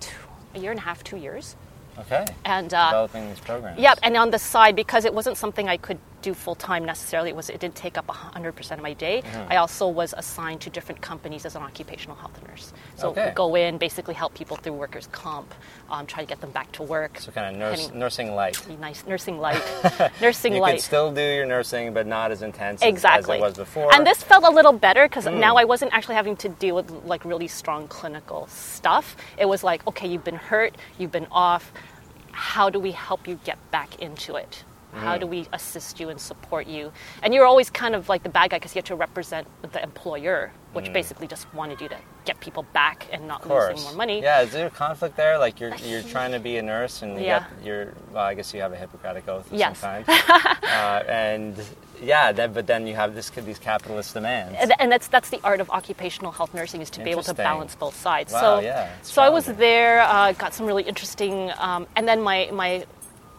A: two, a year and a half, two years.
D: Okay.
A: And, uh,
D: developing these programs.
A: Yep, and on the side because it wasn't something I could do full time necessarily. It was it did take up hundred percent of my day.
D: Mm-hmm.
A: I also was assigned to different companies as an occupational health nurse. So
D: Okay.
A: go in, basically help people through workers' comp, um, try to get them back to work.
D: So kind of nurse,
A: Heading-
D: nursing light.
A: nice nursing light, nursing
D: [LAUGHS] You
A: light.
D: can still do your nursing, but not as intense as-
A: Exactly.
D: as it was before. Hmm.
A: And this felt a little better because now I wasn't actually having to deal with like really strong clinical stuff. It was like, okay, you've been hurt, you've been off. How do we help you get back into it? How
D: Hmm.
A: do we assist you and support you? And you're always kind of like the bad guy because you have to represent the employer which basically just wanted you to get people back and not
D: Hmm. Of
A: losing
D: course.
A: more money.
D: Yeah, is there a conflict there? Like you're you're trying to be a nurse and you
A: Yeah.
D: got- you're well, I guess you have a Hippocratic oath of
A: Yes.
D: some kind.
A: [LAUGHS]
D: uh, and yeah, then, but then you have this these capitalist demands.
A: And, and that's that's the art of occupational health nursing is to be able to
D: Interesting.
A: balance both sides.
D: Wow,
A: so
D: yeah, it's
A: so I was
D: challenging.
A: there, uh, got some really interesting, um, and then my my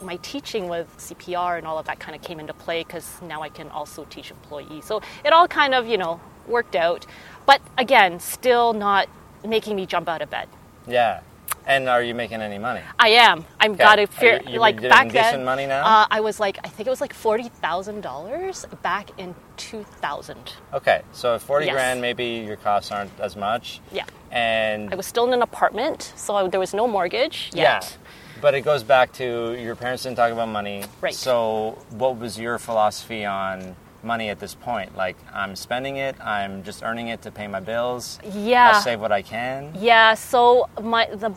A: my teaching with CPR and all of that kind of came into play because now I can also teach employees. So it all kind of you know worked out, but again, still not making me jump out of bed.
D: yeah. And are you making any money?
A: I am. I'm
D: Okay.
A: gotta
D: Are
A: fear
D: you- you
A: like
D: doing
A: back then.
D: decent money now?
A: Uh, I was like I think it was like forty thousand dollars back in two thousand.
D: Okay, so at 40
A: Yes.
D: grand, maybe your costs aren't as much.
A: Yeah.
D: And
A: I was still in an apartment, so I, there was no mortgage
D: yeah.
A: yet.
D: But it goes back to your parents didn't talk about money.
A: Right.
D: So, what was your philosophy on money at this point? Like, I'm spending it, I'm just earning it to pay my bills.
A: Yeah.
D: I'll save what I can.
A: Yeah, so my the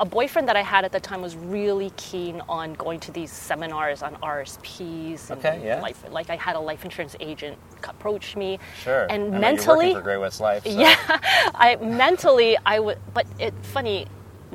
A: a boyfriend that I had at the time was really keen on going to these seminars on RSPs. And
D: Okay, yeah.
A: Life, like I had a life insurance agent approach me.
D: Sure. I
A: And
D: mean,
A: mentally,
D: You're working for Great West Life. so-
A: yeah, I mentally I would, but it funny.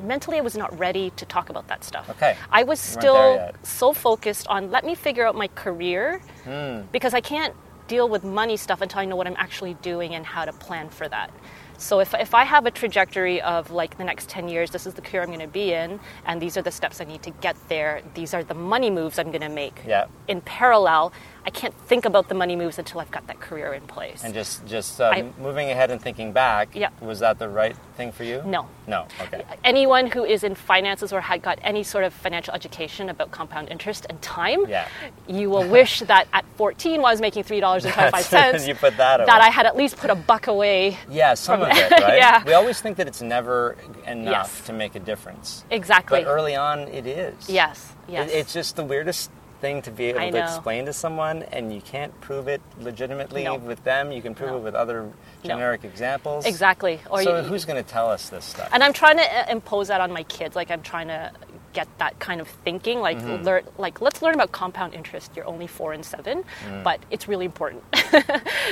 A: Mentally, I was not ready to talk about that stuff.
D: Okay.
A: I was
D: You weren't there
A: still
D: yet.
A: so focused on let me figure out my career
D: Hmm.
A: because I can't deal with money stuff until I know what I'm actually doing and how to plan for that. So if, if I have a trajectory of like the next 10 years, this is the career I'm going to be in, and these are the steps I need to get there, these are the money moves I'm going to make.
D: Yeah.
A: In parallel, I can't think about the money moves until I've got that career in place.
D: And just, just um,
A: I-
D: moving ahead and thinking back,
A: Yeah.
D: was that the right thing for you?
A: No.
D: No, okay.
A: anyone who is in finances or had got any sort of financial education about compound interest and time,
D: Yeah.
A: you will wish that at 14, while I was making three dollars and
D: [LAUGHS]
A: twenty-five cents,
D: You put that away.
A: I had at least put a buck away.
D: Yeah,
A: [LAUGHS]
D: some
A: from
D: of it,
A: it.
D: right?
A: Yeah.
D: We always think that it's never enough
A: Yes.
D: to make a difference.
A: Exactly.
D: But early on, it is.
A: Yes, yes.
D: It, it's just the weirdest thing to be able
A: I
D: to
A: know.
D: explain to someone, and you can't prove it legitimately
A: No.
D: with them. You can prove
A: No.
D: it with other generic examples.
A: exactly. Or
D: so,
A: you-
D: who's going to tell us this stuff?
A: and I'm trying to uh, impose that on my kids. Like I'm trying to get that kind of thinking. Like
D: Mm-hmm.
A: learn, like let's learn about compound interest. You're only four and seven, but it's really important. [LAUGHS]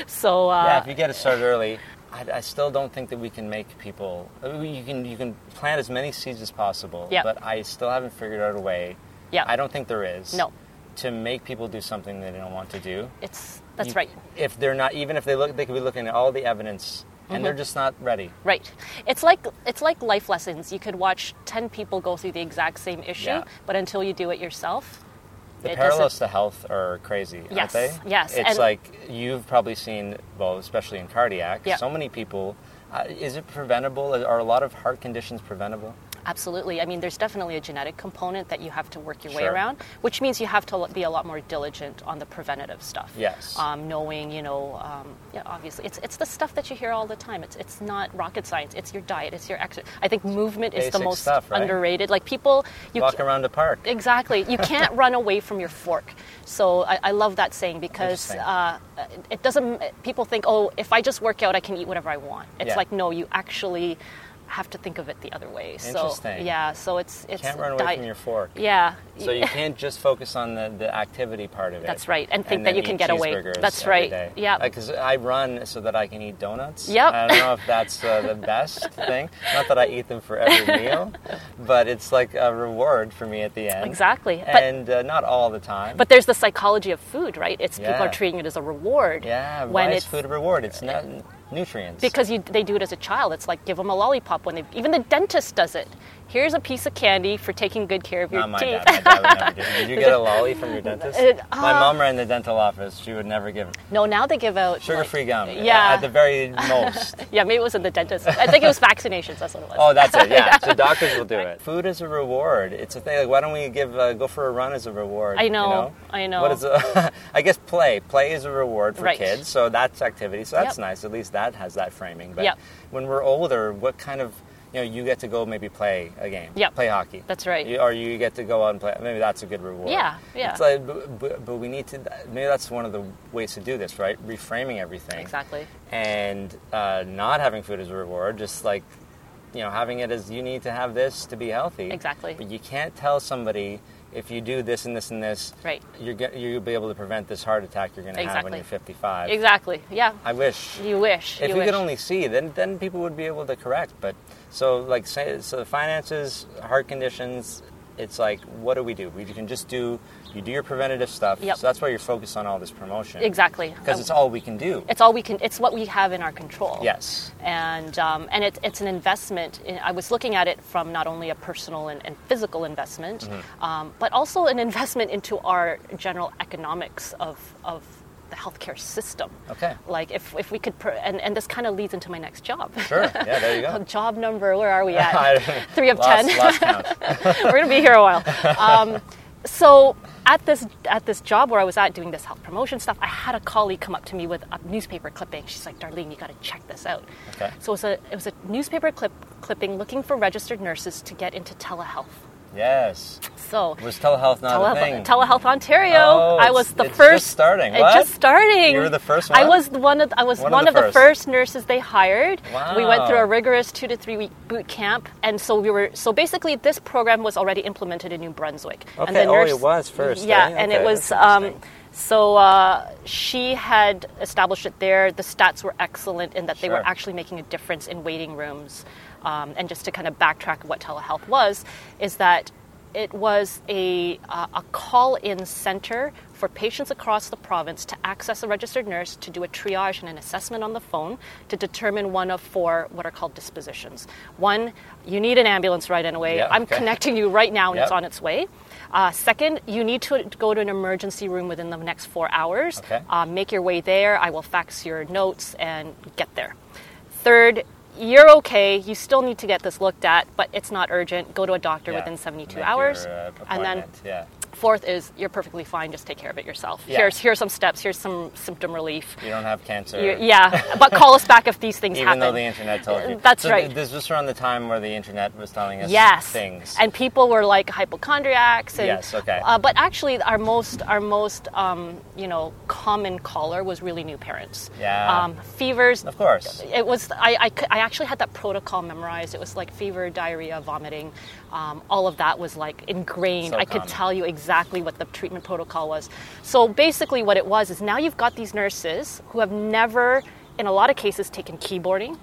A: so uh,
D: Mm. yeah, if you get it started early, I, I still don't think that we can make people. I mean, You can you can plant as many seeds as possible,
A: Yeah.
D: but I still haven't figured out a way.
A: Yeah.
D: I don't think there is.
A: No.
D: To make people do something they don't want to do.
A: it's that's
D: You-
A: right.
D: If they're not, even if they look, they could be looking at all the evidence, and they're just not ready.
A: Mm-hmm. Right. It's like it's like life lessons. You could watch ten people go through the exact same issue,
D: Yeah.
A: but until you do it yourself,
D: The
A: it
D: parallels to health are crazy,
A: Yes,
D: aren't they?
A: yes,
D: It's
A: and-
D: like you've probably seen, well, especially in cardiac,
A: Yeah.
D: so many people. Uh, is it preventable? Are a lot of heart conditions preventable?
A: Absolutely. I mean, there's definitely a genetic component that you have to work your way
D: Sure.
A: around, which means you have to lo- be a lot more diligent on the preventative stuff.
D: Yes.
A: Um, knowing, you know, um, yeah, obviously, it's it's the stuff that you hear all the time. It's it's not rocket science. It's your diet. It's your exercise. I think movement is the
D: Basic
A: most
D: stuff, right?
A: underrated. Like people, you
D: Walk
A: ca-
D: around a park.
A: Exactly. You can't
D: [LAUGHS]
A: run away from your fork. So I, I love that saying because
D: Interesting.
A: uh, it doesn't. People think, oh, if I just work out, I can eat whatever I want. It's
D: Yeah.
A: like no, you actually have to think of it the other way. So
D: Interesting.
A: yeah, so it's it's
D: Can't run away
A: diet-
D: from your fork.
A: Yeah.
D: So you can't just focus on the, the activity part of it.
A: That's right, and think
D: then
A: that you can
D: eat
A: get away.
D: cheeseburgers
A: That's
D: every
A: right.
D: day.
A: Yeah.
D: Like, 'cause I run so that I can eat donuts.
A: Yep.
D: I don't know if that's uh,
A: [LAUGHS]
D: the best thing. Not that I eat them for every meal, but it's like a reward for me at the end.
A: Exactly. But-
D: And uh, not all the time.
A: But there's the psychology of food, right? It's people
D: Yeah.
A: are treating it as a reward.
D: yeah,
A: When
D: why
A: it's
D: is food a reward? It's not nutrients.
A: because you, they do it as a child. It's like give them a lollipop when they. Even the dentist does it. Here's a piece of candy for taking good care of your
D: not my
A: teeth.
D: dad. My dad would never do it. Did you
A: [LAUGHS]
D: get a lolly from your dentist?
A: It-
D: my
A: uh,
D: mom ran the dental office. She would never give
A: [LAUGHS] no, now they give out like-
D: sugar-free gum.
A: Yeah.
D: At the very most.
A: Yeah, maybe it was in the dentist. I think it was vaccinations. That's what it was.
D: Oh, that's
A: [LAUGHS]
D: it. Yeah, so doctors will do it. Food is a reward. It's a thing. Like, why don't we give uh, go for a run as a reward?
A: I
D: you
A: know, I know.
D: What is a, [LAUGHS] I guess play. Play is a reward for
A: Right.
D: kids. So that's activity. So that's
A: Yep.
D: nice. At least that has that framing. But
A: Yep.
D: when we're older, what kind of you know you get to go maybe play a game.
A: Yep.
D: Play hockey.
A: That's right.
D: You, or you get to go out and play. Maybe that's a good reward.
A: Yeah, yeah.
D: It's like, but, but, but we need to. Maybe that's one of the ways to do this, right? Reframing everything
A: Exactly.
D: and uh, not having food as a reward, just like you know, having it as you need to have this to be healthy.
A: Exactly.
D: But you can't tell somebody if you do this and this and this,
A: Right.
D: you're get, you'll be able to prevent this heart attack you're going to have when
A: Exactly.
D: you're 55.
A: Exactly. Yeah.
D: I wish.
A: You wish.
D: if
A: you
D: we
A: wish.
D: could only see, then then people would be able to correct. But so like say, so finances, heart conditions. It's like, what do we do? We can just do, you do your preventative stuff.
A: Yep.
D: So that's why you're focused on all this promotion.
A: Exactly.
D: Because it's all we can do.
A: It's all we can. It's what we have in our control.
D: Yes.
A: and um, and it, it's an investment. In, I was looking at it from not only a personal and, and physical investment,
D: Mm-hmm.
A: um, but also an investment into our general economics of of the healthcare system.
D: Okay.
A: Like if, if we could, pr- and, and this kind of leads into my next job.
D: Sure. Yeah, there
A: [LAUGHS]
D: you go.
A: job number, where are we
D: [LAUGHS] I-
A: at? [LAUGHS] Three of
D: lost,
A: ten. [LAUGHS]
D: Lost count.
A: We're gonna be here a while. Um, so at this at this job where I was at doing this health promotion stuff, I had a colleague come up to me with a newspaper clipping. She's like, "Darlene, you got to check this out."
D: Okay.
A: So it was a it was a newspaper clip clipping looking for registered nurses to get into telehealth.
D: Yes.
A: So
D: Was telehealth not a
A: Telehealth,
D: thing?
A: Telehealth Ontario.
D: Oh,
A: I
D: it's-
A: was the
D: it's just
A: first.
D: starting.
A: It's
D: What?
A: just starting.
D: You were the first
A: I
D: one?
A: was the one. Of, the- I was
D: One of
A: one,
D: the
A: of the
D: first.
A: first nurses they hired. We went
D: Wow.
A: through a rigorous two to three week boot camp, and so we were. So basically, this program was already implemented in New Brunswick. and
D: Okay,
A: the
D: oh,
A: nurse,
D: it was first,
A: Yeah,
D: eh?
A: and
D: Okay,
A: it was.
D: that's
A: Um,
D: interesting.
A: so uh, she had established it there. The stats were excellent in that they were
D: Sure.
A: actually making a difference in waiting rooms. Um, and just to kind of backtrack what telehealth was, is that it was a, uh, a call in center for patients across the province to access a registered nurse to do a triage and an assessment on the phone to determine one of four what are called dispositions. One, you need an ambulance right in away.
D: Yeah,
A: I'm
D: okay.
A: connecting you right now and it's
D: Yep.
A: on its way. Uh, second, you need to go to an emergency room within the next four hours.
D: Okay.
A: Uh, make your way there. I will fax your notes and get there. Third, you're okay. You still need to get this looked at, but it's not urgent. Go to a doctor
D: Yeah.
A: within 72
D: Make
A: hours.
D: Your, uh,
A: and then
D: appointment, yeah.
A: fourth is you're perfectly fine. Just take care of it yourself.
D: Yeah.
A: Here's here's some steps. Here's some symptom relief.
D: You don't have cancer.
A: You- yeah, but call us back if these things
D: Even
A: happen.
D: though the internet told you.
A: That's
D: so
A: right.
D: th- This was around the time where the internet was telling us
A: yes
D: things.
A: and people were like hypochondriacs and
D: Yes, okay.
A: uh, but actually our most our most um, you know common caller was really new parents
D: Yeah.
A: um, fevers
D: of course.
A: it was I, I, cou- I actually had that protocol memorized it was like fever diarrhea vomiting um, all of that was like ingrained
D: So
A: i could
D: common.
A: tell you exactly what the treatment protocol was so basically what it was is now you've got these nurses who have never in a lot of cases taken keyboarding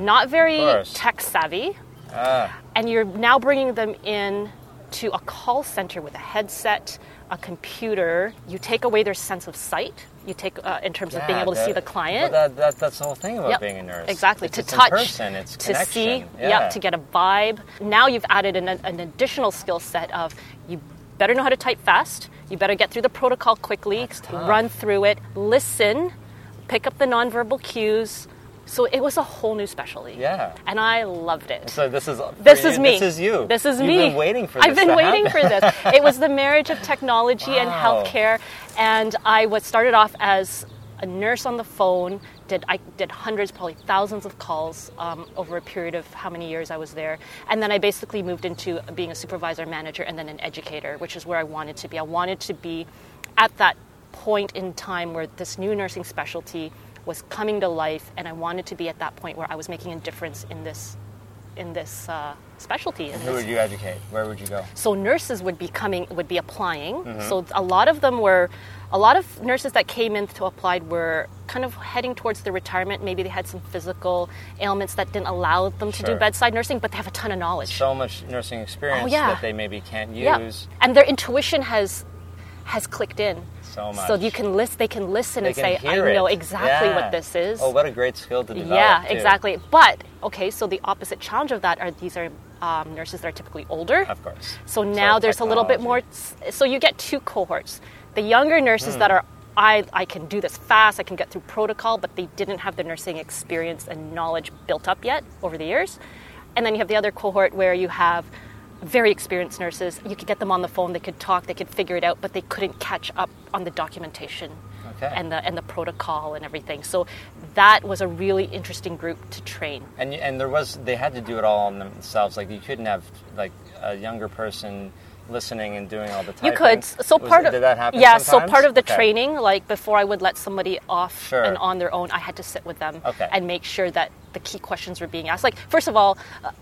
A: not very
D: Hmm. course. Ah.
A: tech savvy and you're now bringing them in to a call center with a headset, a computer. You take away their sense of sight. You take uh, in terms of being
D: Yeah,
A: able to
D: that-
A: see the client.
D: Well, that, that, that's the whole thing about
A: Yep,
D: being a nurse.
A: Exactly.
D: It's,
A: to
D: it's
A: touch,
D: In person, it's
A: to see,
D: connection.
A: yeah. to get a vibe. Now you've added an, an additional skill set of you better know how to type fast, you better get through the protocol quickly,
D: tough.
A: run through it, listen, pick up the nonverbal cues. So it was a whole new specialty.
D: Yeah.
A: And I loved it.
D: So this is for
A: This
D: you-
A: is me.
D: This is you.
A: This is
D: You've
A: me.
D: been waiting for this.
A: I've been
D: to
A: waiting
D: happen.
A: for this.
D: [LAUGHS]
A: It was the marriage of technology and
D: Wow.
A: healthcare, and I was started off as a nurse on the phone. Did I did hundreds, probably thousands of calls um, over a period of how many years I was there, and then I basically moved into being a supervisor, manager, and then an educator, which is where I wanted to be. I wanted to be at that point in time where this new nursing specialty was coming to life, and I wanted to be at that point where I was making a difference in this in this uh, specialty. In
D: Who
A: this.
D: would you educate? Where would you go?
A: So nurses would be coming, would be applying.
D: Mm-hmm.
A: So a lot of them were, a lot of nurses that came in to applied were kind of heading towards their retirement. Maybe they had some physical ailments that didn't allow them to
D: Sure.
A: do bedside nursing, but they have a ton of knowledge.
D: So much nursing experience
A: Oh, yeah.
D: that they maybe can't use.
A: and their intuition has has clicked in.
D: So much.
A: So you can list, they can listen
D: They
A: and
D: can
A: say, I
D: hear it.
A: know exactly
D: Yeah.
A: what this is.
D: Oh, what a great skill to develop.
A: Yeah,
D: too.
A: exactly. But okay, so the opposite challenge of that are these are um, nurses that are typically older.
D: Of course.
A: So now there's a little bit more.
D: technology.
A: So you get two cohorts. The younger nurses that
D: Hmm.
A: are, I, I can do this fast, I can get through protocol, but they didn't have the nursing experience and knowledge built up yet over the years. And then you have the other cohort where you have very experienced nurses. You could get them on the phone, they could talk, they could figure it out, but they couldn't catch up on the documentation
D: Okay.
A: and, the, and the protocol and everything. So that was a really interesting group to train.
D: And y- and there was they had to do it all on themselves. Like you couldn't have like a younger person listening and doing all the typing.
A: You could. So
D: Was-
A: part of
D: did that happen?
A: yeah. So
D: sometimes?
A: part of the
D: Okay.
A: training, like before I would let somebody off
D: Sure.
A: and on their own, I had to sit with them
D: Okay.
A: and make sure that the key questions were being asked. Like first of all, uh,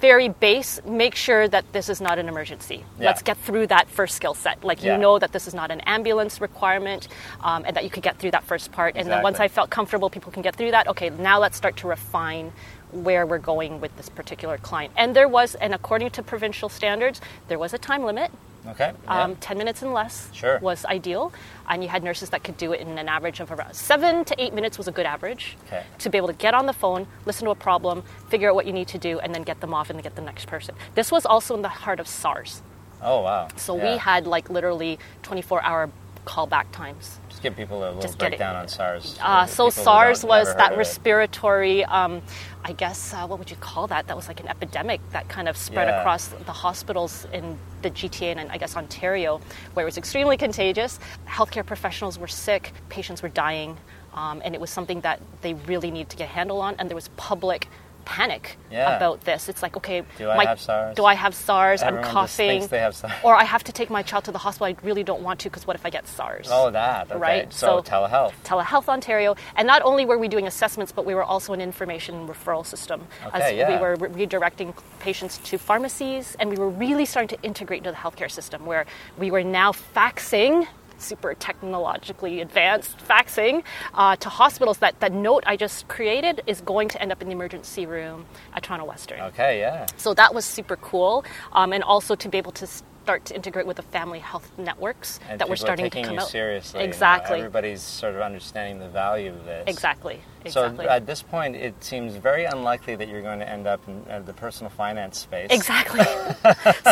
A: very base, make sure that this is not an emergency.
D: Yeah.
A: Let's get through that first skill set. Like
D: Yeah.
A: you know that this is not an ambulance requirement, um, and that you could get through that first part. And then once
D: Exactly.
A: I felt comfortable, people can get through that. Okay, now let's start to refine where we're going with this particular client. And there was, and according to provincial standards, there was a time limit.
D: Okay. yeah.
A: Um, 10 minutes and less
D: Sure.
A: was ideal. And you had nurses that could do it in an average of around seven to eight minutes was a good average
D: Okay.
A: to be able to get on the phone, listen to a problem, figure out what you need to do, and then get them off and get the next person. This was also in the heart of SARS.
D: oh wow.
A: So
D: Yeah.
A: we had like literally 24 hour callback times.
D: Just give people a little
A: Just get it.
D: breakdown on SARS.
A: Uh,
D: for
A: so
D: people who
A: SARS
D: don't-
A: was
D: never heard
A: that
D: of it.
A: respiratory, um, I guess, uh, what would you call that? That was like an epidemic that kind of spread
D: Yeah.
A: across the hospitals in the GTA and I guess Ontario, where it was extremely contagious. Healthcare professionals were sick, patients were dying, um, and it was something that they really needed to get a handle on. And there was public panic
D: Yeah.
A: about this. It's like, okay,
D: Do I
A: my-
D: have SARS?
A: Do I have SARS?
D: Everyone
A: I'm
D: just
A: coughing.
D: thinks they have [LAUGHS] SARS.
A: Or I have to take my child to the hospital. I really don't want to because what if I get SARS?
D: Oh, that. Okay.
A: Right, so-
D: So, telehealth.
A: Telehealth Ontario, and not only were we doing assessments, but we were also an information referral system.
D: Okay,
A: as
D: yeah.
A: We were re- redirecting patients to pharmacies, and we were really starting to integrate into the healthcare system where we were now faxing, super technologically advanced faxing, uh, to hospitals. That, that note I just created is going to end up in the emergency room at Toronto Western.
D: Okay. Yeah.
A: So that was super cool, um, and also to be able to start to integrate with the family health networks
D: And
A: that
D: people
A: were starting
D: are taking
A: to come
D: you
A: out.
D: seriously. you know,
A: Exactly.
D: everybody's sort of understanding the value of this.
A: Exactly.
D: So
A: Exactly.
D: at this point, it seems very unlikely that you're going to end up in uh, the personal finance space. [LAUGHS]
A: Exactly.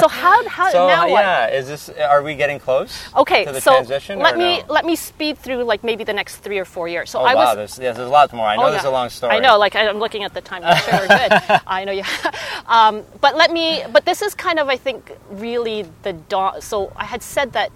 A: so how how
D: So
A: now what?
D: yeah, is this? Are we getting close?
A: Okay,
D: To the
A: so
D: transition.
A: let
D: or
A: me
D: No?
A: let me speed through like maybe the next three or four years. So
D: Oh
A: I
D: wow,
A: was.
D: there's, yes, there's a lot more. I know
A: oh,
D: there's
A: yeah.
D: a long story.
A: I know, like I- I'm looking at the time. I'm sure we're good.
D: [LAUGHS]
A: I know you. [LAUGHS] Um, but let me. But this is kind of, I think, really the dawn. So I had said that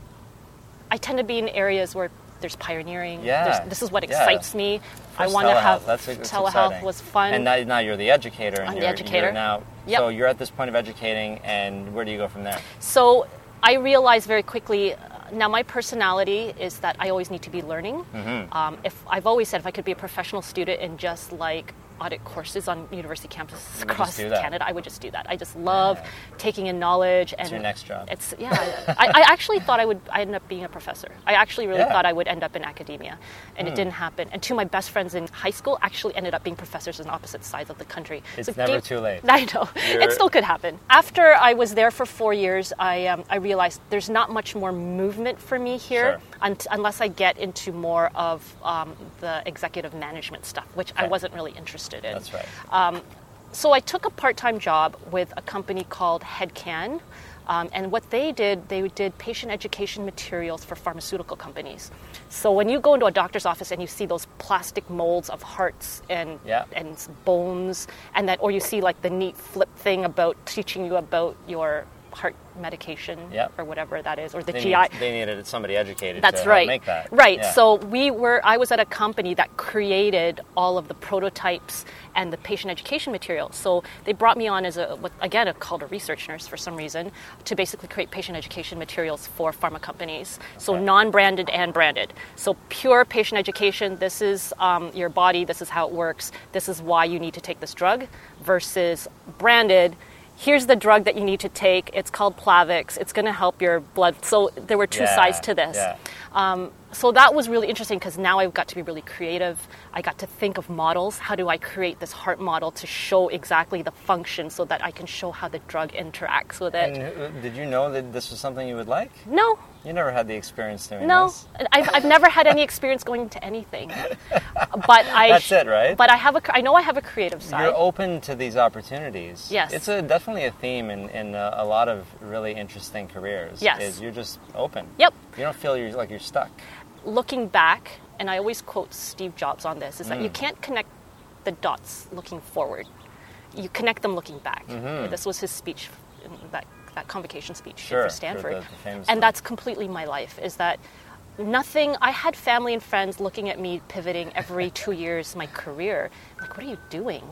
A: I tend to be in areas where there's pioneering.
D: Yeah.
A: There's, this is what
D: Yeah.
A: excites me. I
D: First
A: want to
D: telehealth.
A: have
D: That's- that's
A: telehealth
D: exciting.
A: was fun.
D: And now, now you're the educator. And
A: I'm the
D: you're, You're
A: educator.
D: now,
A: Yep.
D: so you're at this point of educating, and where do you go from there?
A: So I realized very quickly. uh, Now my personality is that I always need to be learning.
D: Mm-hmm.
A: Um, if I've always said if I could be a professional student and just like audit courses on university campuses
D: would just
A: across
D: do that.
A: Canada, I would just do that. I just love taking in knowledge. And
D: your next job.
A: It's
D: [LAUGHS]
A: yeah. I, I actually thought I would. I ended up being a professor. I actually really
D: Yeah. Hmm.
A: thought I would end up in academia, and it didn't happen. And two of my best friends in high school actually ended up being professors on opposite sides of the country.
D: It's
A: So it
D: never
A: gave-
D: too late.
A: [LAUGHS] I know.
D: You're-
A: It still could happen. After I was there for four years, I, um, I realized there's not much more movement for me here
D: Sure.
A: un- unless I get into more of um, the executive management stuff, which I
D: Okay.
A: wasn't really interested in.
D: That's right.
A: uh, So I took a part time job with a company called HeadCan. Um, and what they did, they did patient education materials for pharmaceutical companies. So when you go into a doctor's office and you see those plastic molds of hearts and
D: Yeah.
A: and bones, and that, or you see like the neat flip thing about teaching you about your heart medication
D: Yeah.
A: or whatever that is, or the
D: they,
A: GI.
D: need, they needed somebody educated.
A: That's
D: to help
A: right.
D: Make that
A: Right.
D: Yeah.
A: So we were. I was at a company that created all of the prototypes and the patient education material. So they brought me on as a what, again a, called a research nurse for some reason to basically create patient education materials for pharma companies. So
D: Okay.
A: non-branded and branded. So pure patient education. This is um, your body. This is how it works. This is why you need to take this drug. Versus branded. Here's the drug that you need to take. It's called Plavix. It's going to help your blood. So there were two
D: Yeah,
A: sides to this
D: yeah.
A: so that was really interesting because now I've got to be really creative. I got to think of models. How do I create this heart model to show exactly the function so that I can show how the drug interacts with it?
D: And who- did you know that this was something you would like?
A: no,
D: You never had the experience doing
A: no.
D: this.
A: I've, I've never had any experience going to
D: [LAUGHS]
A: anything. But I
D: That's it, right?
A: But I have a cr- I know I have a creative side.
D: You're open to these opportunities.
A: Yes.
D: It's a, definitely a theme in, in a, a lot of really interesting careers.
A: Yes.
D: Is you're just open.
A: Yep.
D: You don't feel you're like you're stuck.
A: looking back, and I always quote Steve Jobs on this, is that
D: Mm.
A: you can't connect the dots looking forward. You connect them looking back.
D: Mm-hmm.
A: This was his speech, in that, that convocation speech
D: Sure, sure,
A: for Stanford.
D: the- the famous one.
A: and that's completely my life, is that nothing, I had family and friends looking at me pivoting
D: [LAUGHS]
A: every two years my career. Like, what are you doing?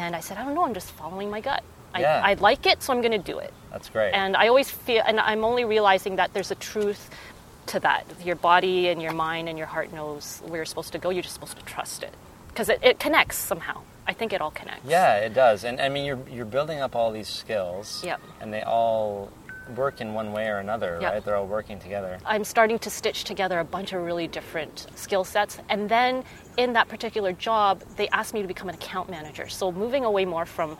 A: And I said, I don't know, I'm just following my gut. I,
D: Yeah.
A: I like it, so I'm going to do it.
D: That's great.
A: And I always feel, and I'm only realizing that there's a truth to that. Your body and your mind and your heart knows where you're supposed to go. You're just supposed to trust it. because it, it connects somehow. I think it all connects.
D: Yeah, it does. And I mean, you're you're building up all these skills.
A: Yep.
D: And they all work in one way or another,
A: Yep. Uh,
D: right? They're all working together.
A: I'm starting to stitch together a bunch of really different skill sets. And then in that particular job, they asked me to become an account manager. So moving away more from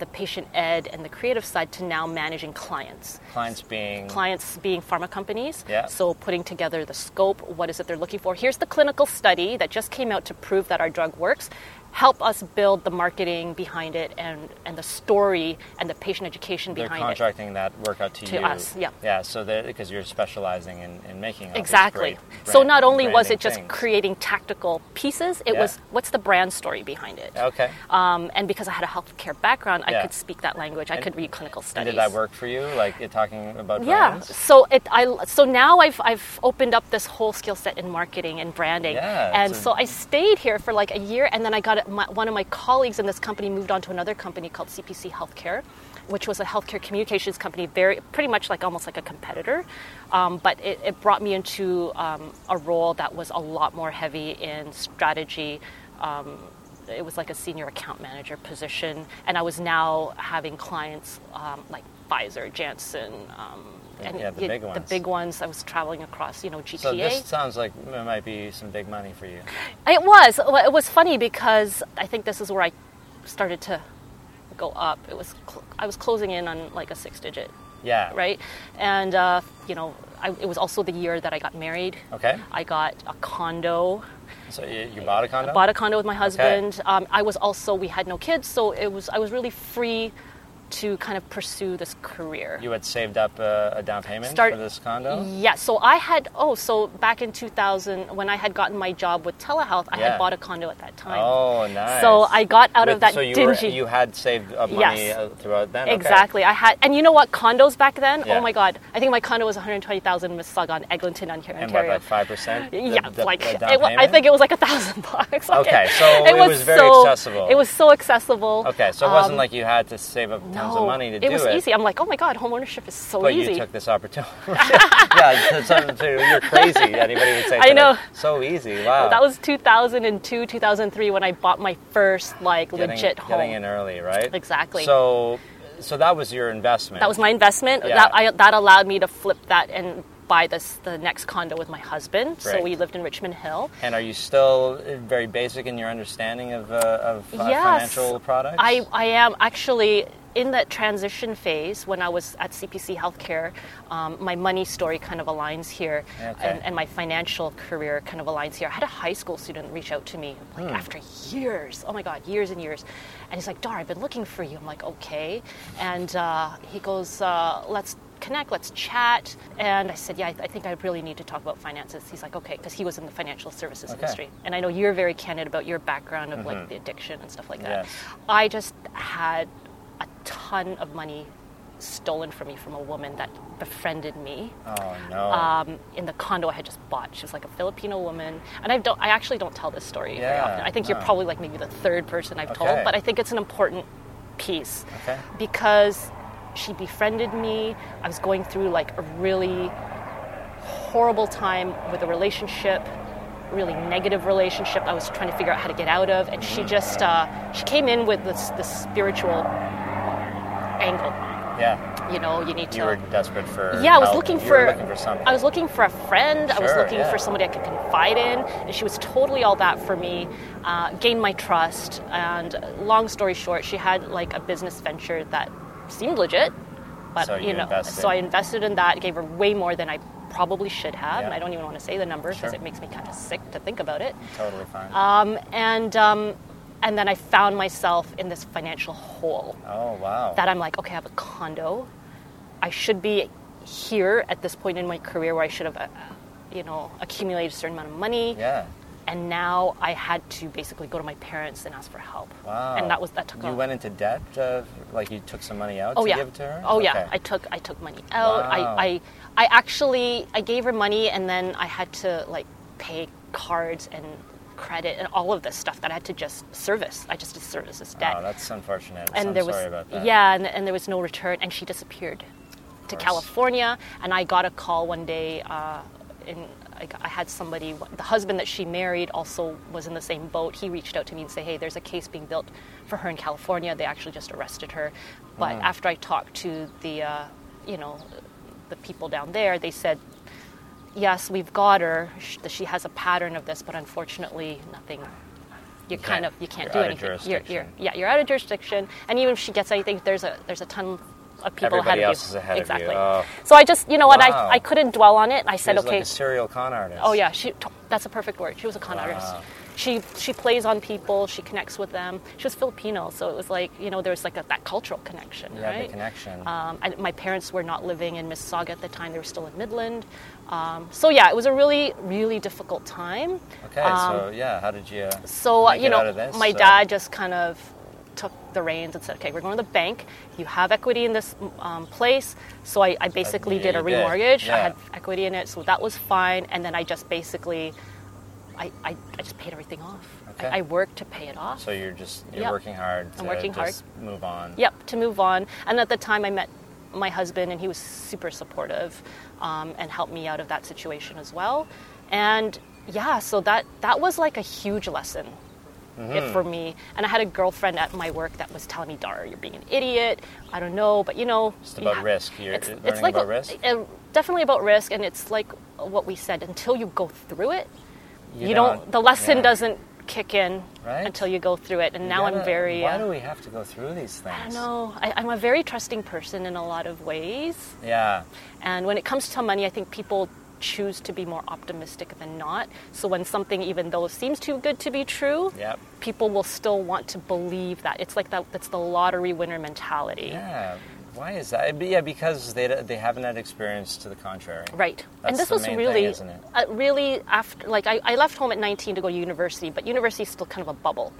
A: the patient ed and the creative side to now managing clients.
D: Clients being
A: Mm-hmm. Clients being pharma companies.
D: Yeah.
A: So putting together the scope, what is it they're looking for? Here's the clinical study that just came out to prove that our drug works. Help us build the marketing behind it and, and the story and the patient education
D: they're
A: behind it.
D: contracting that work out to,
A: To
D: you.
A: us, yeah.
D: Yeah, so because you're specializing in, in making all these
A: Exactly.
D: great
A: So
D: brand-
A: not only was
D: branding
A: it just
D: things.
A: creating tactical pieces, it
D: Yeah.
A: was what's the brand story behind it.
D: Okay.
A: Um, and because I had a healthcare background, I
D: Yeah.
A: could speak that language. I
D: And-
A: could read clinical
D: And
A: studies.
D: did that work for you? Like it talking about
A: Yeah.
D: brands?
A: So it, I so now I've I've opened up this whole skill set in marketing and branding.
D: Yeah,
A: and
D: it's a-
A: so I stayed here for like a year, and then I got my, one of my colleagues in this company moved on to another company called CPC Healthcare, which was a healthcare communications company, very pretty much like almost like a competitor, um, but it, it brought me into um, a role that was a lot more heavy in strategy. Um, it was like a senior account manager position, and I was now having clients um, like Pfizer, Janssen, um, and
D: Yeah, the
A: y-
D: big
A: The
D: ones.
A: big ones. I was traveling across, you know, GTA.
D: So this sounds like it might be some big money for you.
A: It was. Well, It was funny because I think this is where I started to go up. It was. Cl- I was closing in on like a six-digit,
D: Yeah.
A: right? And uh, you know, I, it was also the year that I got married.
D: Okay.
A: I got a condo.
D: So you, you bought a condo?
A: Bought a condo with my husband. Um, I was also. We had no kids, so it was. I was really free to kind of pursue this career.
D: You had saved up uh, a, a down payment
A: Start- Mm,
D: for this condo?
A: Yeah, so I had oh, so back in 2000 when I had gotten my job with telehealth, I
D: Yeah.
A: had bought a condo at that time.
D: Oh, nice.
A: So I got out
D: With-
A: of that
D: so you
A: dingy.
D: Were, you had saved up money
A: Yes.
D: uh, throughout then? Okay.
A: Exactly. I had, and you know what? Condos back then.
D: Yeah.
A: Oh my God! I think my condo was 120,000 Mississauga, Eglinton, on here,
D: And what,
A: Ontario.
D: like 5%? The-
A: yeah,
D: the-
A: like
D: the down
A: it, wa- I
D: payment?
A: think it was like a thousand [LAUGHS] bucks. Like,
D: Okay, so it was very accessible.
A: It was so accessible.
D: Okay, so it wasn't like you had to save up
A: Um, no,
D: tons of money to
A: it
D: do
A: was
D: it.
A: easy. I'm like, oh my God, homeownership is so
D: But
A: easy.
D: you took this
A: [LAUGHS]
D: opportunity. [LAUGHS] yeah, to some- to- you're crazy. Anybody would say
A: [LAUGHS] I
D: that.
A: know.
D: So easy. Wow.
A: That was 2002, 2003 when I bought my first like
D: getting,
A: legit home.
D: Getting in early, right?
A: Exactly.
D: So, so that was your investment.
A: That was my investment.
D: Yeah.
A: That, I, that allowed me to flip that and buy this the next condo with my husband. So
D: Right.
A: we lived in Richmond Hill.
D: And are you still uh, very basic in your understanding of, uh, of uh,
A: Yes.
D: financial products?
A: I, I am actually in that transition phase when I was at CPC Healthcare. Um, my money story kind of aligns here,
D: Okay.
A: and, and my financial career kind of aligns here. I had a high school student reach out to me like
D: Hmm.
A: after years. Oh my God, years and years. And he's like, Dar, I've been looking for you. I'm like, okay. And uh, he goes, uh, let's connect, let's chat. And I said, yeah, I, I think I really need to talk about finances. He's like, okay, because he was in the financial services
D: Okay.
A: industry. And I know you're very candid about your background of like the addiction and stuff like that.
D: Yes.
A: I just had a ton of money stolen from me from a woman that befriended me
D: Oh no.
A: um, in the condo I had just bought. She was like a Filipino woman, and I don't. I actually don't tell this story very
D: Yeah,
A: often. I think you're
D: no.
A: probably like maybe the third person I've
D: Okay.
A: told, but I think it's an important piece
D: Okay.
A: because she befriended me. I was going through like a really horrible time with a relationship, really negative relationship. I was trying to figure out how to get out of, and she
D: Mm-hmm.
A: just uh, she came in with this this spiritual angle.
D: yeah.
A: You know, you need to
D: You were desperate for.
A: yeah, I was
D: help.
A: looking
D: You
A: for,
D: were looking for something.
A: I was looking for a friend. I was
D: Sure,
A: looking
D: yeah.
A: for somebody I could confide in, and she was totally all that for me. Uh, gained my trust, and long story short, she had like a business venture that seemed legit, but
D: So
A: you,
D: you
A: know,
D: invested.
A: so I invested in that. Gave her way more than I probably should have,
D: Yeah.
A: and I don't even want to say the number because
D: Sure.
A: it makes me kind of sick to think about it.
D: Totally fine.
A: Um, and um, and then I found myself in this financial hole
D: oh wow.
A: that I'm like, okay, I have a condo. I should be here at this point in my career where I should have, uh, you know, accumulated a certain amount of money.
D: yeah.
A: And now I had to basically go to my parents and ask for help.
D: Wow.
A: And that was that took.
D: You
A: a,
D: went into debt, uh, like you took some money out
A: oh
D: to
A: yeah.
D: give to her.
A: Oh
D: Okay.
A: yeah. I took I took money out.
D: Wow.
A: I, I I actually I gave her money and then I had to like pay cards and credit and all of this stuff that I had to just service. I just did service this debt.
D: Oh, that's unfortunate.
A: and
D: I'm
A: there was
D: sorry about that.
A: yeah and, and there was no return and she disappeared to
D: course.
A: california and i got a call one day uh, in I, I had somebody, the husband that she married also was in the same boat. He reached out to me and said, "Hey, there's a case being built for her in California. They actually just arrested her."
D: Hmm.
A: But after I talked to the, uh, you know, the people down there, they said, "Yes, we've got her. Sh- She has a pattern of this, but unfortunately, nothing." You
D: can't-
A: kind of you can't
D: you're
A: do
D: out of
A: anything.
D: jurisdiction.
A: yeah, you're out of jurisdiction, and even if she gets anything, there's a there's a ton of people
D: Everybody
A: ahead
D: else
A: of you.
D: is ahead of you.
A: exactly.
D: Oh.
A: So I just, you know what,
D: Wow.
A: I, I couldn't dwell on it. I said,
D: She's
A: okay,
D: like a serial con artist.
A: oh yeah, she, that's a perfect word. She was a con artist.
D: Wow.
A: She she plays on people. She connects with them. She was Filipino, so it was like you know there was like a, that cultural connection,
D: You have
A: right?
D: the connection.
A: Um, and my parents were not living in Mississauga at the time; they were still in Midland. Um, so yeah, it was a really really difficult time.
D: okay,
A: um,
D: so yeah, how did you? uh,
A: So uh,
D: make
A: you
D: it
A: know,
D: out of this?
A: my
D: So-
A: dad just kind of took the reins and said, "Okay, we're going to the bank. You have equity in this um, place." So I, I basically
D: you
A: did a
D: did,
A: remortgage. I
D: yeah.
A: had equity in it, so that was fine. And then I just basically, I, I, I just paid everything off.
D: Okay.
A: I, I worked to pay it off.
D: So you're just you're
A: Yep.
D: working hard. To
A: I'm working hard.
D: just Move on.
A: Yep, to move on. And at the time, I met my husband, and he was super supportive um, and helped me out of that situation as well. And yeah, so that that was like a huge lesson
D: Mm-hmm.
A: it for me. And I had a girlfriend at my work that was telling me, "Dara, you're being an idiot. I don't know, but you know,
D: It's
A: you
D: about
A: ha-
D: risk. You're
A: it's,
D: learning
A: it's like
D: about
A: a-
D: risk.
A: a- definitely about risk, and it's like what we said. Until you go through it, you, don't, The lesson
D: yeah.
A: doesn't kick in
D: Right.
A: until you go through it. And
D: You
A: now I'm
D: gotta-
A: very.
D: Why
A: uh,
D: do we have to go through these things?
A: I don't know. I, I'm a very trusting person in a lot of ways.
D: Yeah.
A: And when it comes to money, I think people choose to be more optimistic than not. So when something, even though it seems too good to be true,
D: Yep.
A: people will still want to believe that. It's like that, that's the lottery winner mentality.
D: Yeah. Why is that? It'd be- Yeah, because they d- they haven't had experience to the contrary.
A: Right. and this
D: That's the
A: was
D: main thing,
A: really,
D: isn't it?
A: Uh, really after, like, I, I left home at 19 to go to university, but university is still kind of a bubble.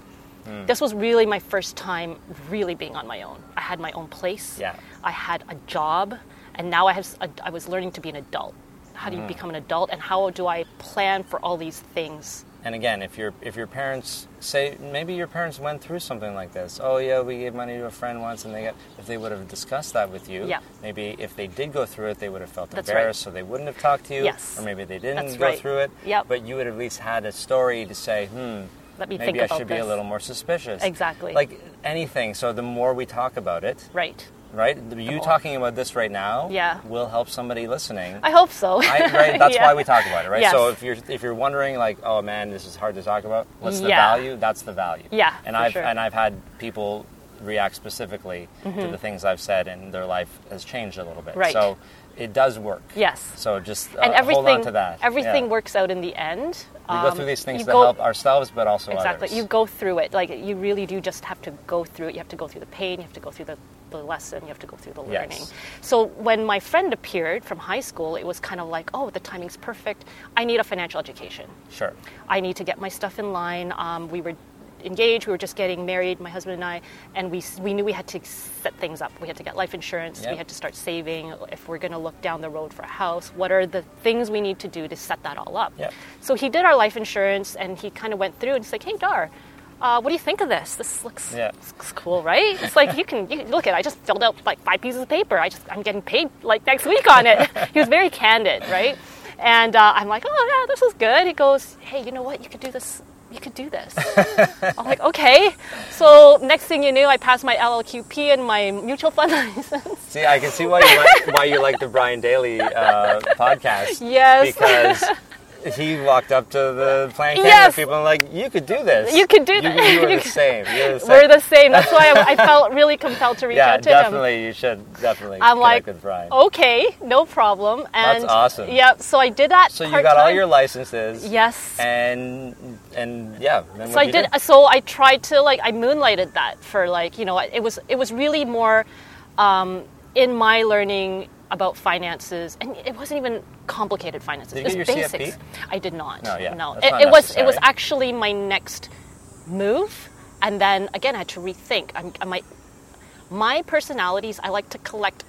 D: Hmm.
A: This was really my first time really being on my own. I had my own place.
D: Yeah.
A: I had a job, and now I have. s- I was learning to be an adult. How
D: Hmm.
A: do you become an adult, and how do I plan for all these things?
D: And again, if your if your parents say maybe your parents went through something like this. Oh yeah, we gave money to a friend once, and they got if they would have discussed that with you.
A: Yeah.
D: Maybe if they did go through it, they would have felt
A: That's right.
D: embarrassed, so they wouldn't have talked to you.
A: Yes.
D: Or maybe they didn't
A: That's
D: go
A: right.
D: through it.
A: Yep.
D: But you would at least had a story to say, hmm.
A: Let me
D: Maybe
A: think
D: I
A: about
D: should
A: this.
D: be a little more suspicious.
A: Exactly.
D: Like anything. So the more we talk about it,
A: Right.
D: right? You talking about this right now
A: Yeah.
D: will help
A: [LAUGHS]
D: somebody listening.
A: I hope so.
D: I, right?
A: [LAUGHS]
D: That's
A: Yeah.
D: why we talk about it, right?
A: Yes.
D: So if you're if you're wondering, like, oh man, this is hard to talk about. What's the
A: Yeah.
D: value? That's the value.
A: Yeah,
D: And
A: for
D: I've
A: sure.
D: and I've had people react specifically to the things I've said, and their life has changed a little bit.
A: Mm-hmm. Right.
D: So it does work.
A: Yes.
D: So just uh,
A: and everything,
D: hold on to that.
A: everything
D: Yeah.
A: works out in the end. Um,
D: We go through these things
A: you
D: to
A: go-
D: help ourselves, but also
A: Exactly.
D: others.
A: You go through it. Like you really do just have to go through it. You have to go through the pain. You have to go through the, the lesson. You have to go through the
D: Yes.
A: learning. So when my friend appeared from high school, it was kind of like, oh, the timing's perfect. I need a financial education.
D: Sure.
A: I need to get my stuff in line. Um, we were engaged. We were just getting married, my husband and I, and we s- we knew we had to set things up. We had to get life insurance. We
D: Yep.
A: had to start saving if we're going to look down the road for a house. What are the things we need to do to set that all up?
D: Yep.
A: So he did our life insurance, and he kind of went through and he's like, "Hey, Dar." Uh, what do you think of this? This looks,
D: Yeah.
A: this looks cool, right? It's like you can you, look at. it. I just filled out like five pieces of paper. I just I'm getting paid like next week on it. [LAUGHS] he was very candid, right? And uh, I'm like, oh yeah, this is good. He goes, hey, you know what? You could do this. You could do
D: [LAUGHS]
A: this. I'm like, okay. So next thing you knew, I passed my LLQP and my mutual fund [LAUGHS] license.
D: See, I can see why you like, why you like the Brian Daly uh, podcast.
A: Yes.
D: Because he walked up to the playing camera
A: Yes.
D: people and like, you could do this.
A: You could do
D: you,
A: that."
D: You
A: You [LAUGHS]
D: were the
A: could-
D: same. You're the same.
A: We're the same. That's why I, I
D: [LAUGHS]
A: felt really compelled to reach
D: yeah,
A: out to him.
D: definitely. You should definitely
A: I'm like,
D: connect
A: oh,
D: with Brian.
A: okay, no problem. And
D: That's awesome.
A: Yeah, so I did that.
D: so you got
A: part-time.
D: all your licenses.
A: Yes.
D: And and yeah. Then
A: so I did. uh, So I tried to like I moonlighted that for like you know it was it was really more um, in my learning about finances and it wasn't even complicated finances.
D: Did you
A: it was
D: get your
A: basics.
D: CFP?
A: I did not.
D: No, yeah,
A: no.
D: that's
A: It,
D: not
A: it was it was
D: necessary.
A: actually my next move, and then again I had to rethink. I'm, I might my personalities. I like to collect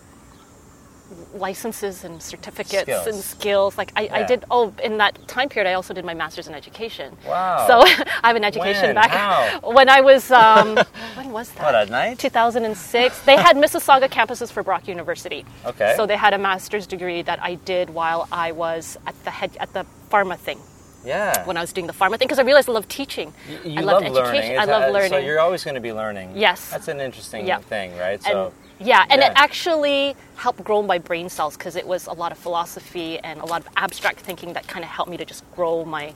A: licenses and certificates
D: Skills.
A: and skills. Like I, I
D: Yeah.
A: did. Oh, in that time period, I also did my master's in education.
D: Wow.
A: So [LAUGHS] I have an education
D: When?
A: back
D: How?
A: [LAUGHS] when I was.
D: [LAUGHS]
A: Um, when was that?
D: What, at night?
A: 2006. They had Mississauga campuses for Brock University.
D: Okay.
A: So they had a master's degree that I did while I was at the head at the pharma thing
D: Yeah.
A: when I was doing the pharma thing because I realized I love teaching.
D: Y- you
A: I love,
D: learning.
A: education. I
D: It's-
A: love
D: uh,
A: learning.
D: So you're always going to be learning.
A: Yes.
D: That's an interesting
A: Yeah.
D: thing, right?
A: and
D: So
A: yeah, and it
D: yeah.
A: actually helped grow my brain cells because it was a lot of philosophy and a lot of abstract thinking that kind of helped me to just grow my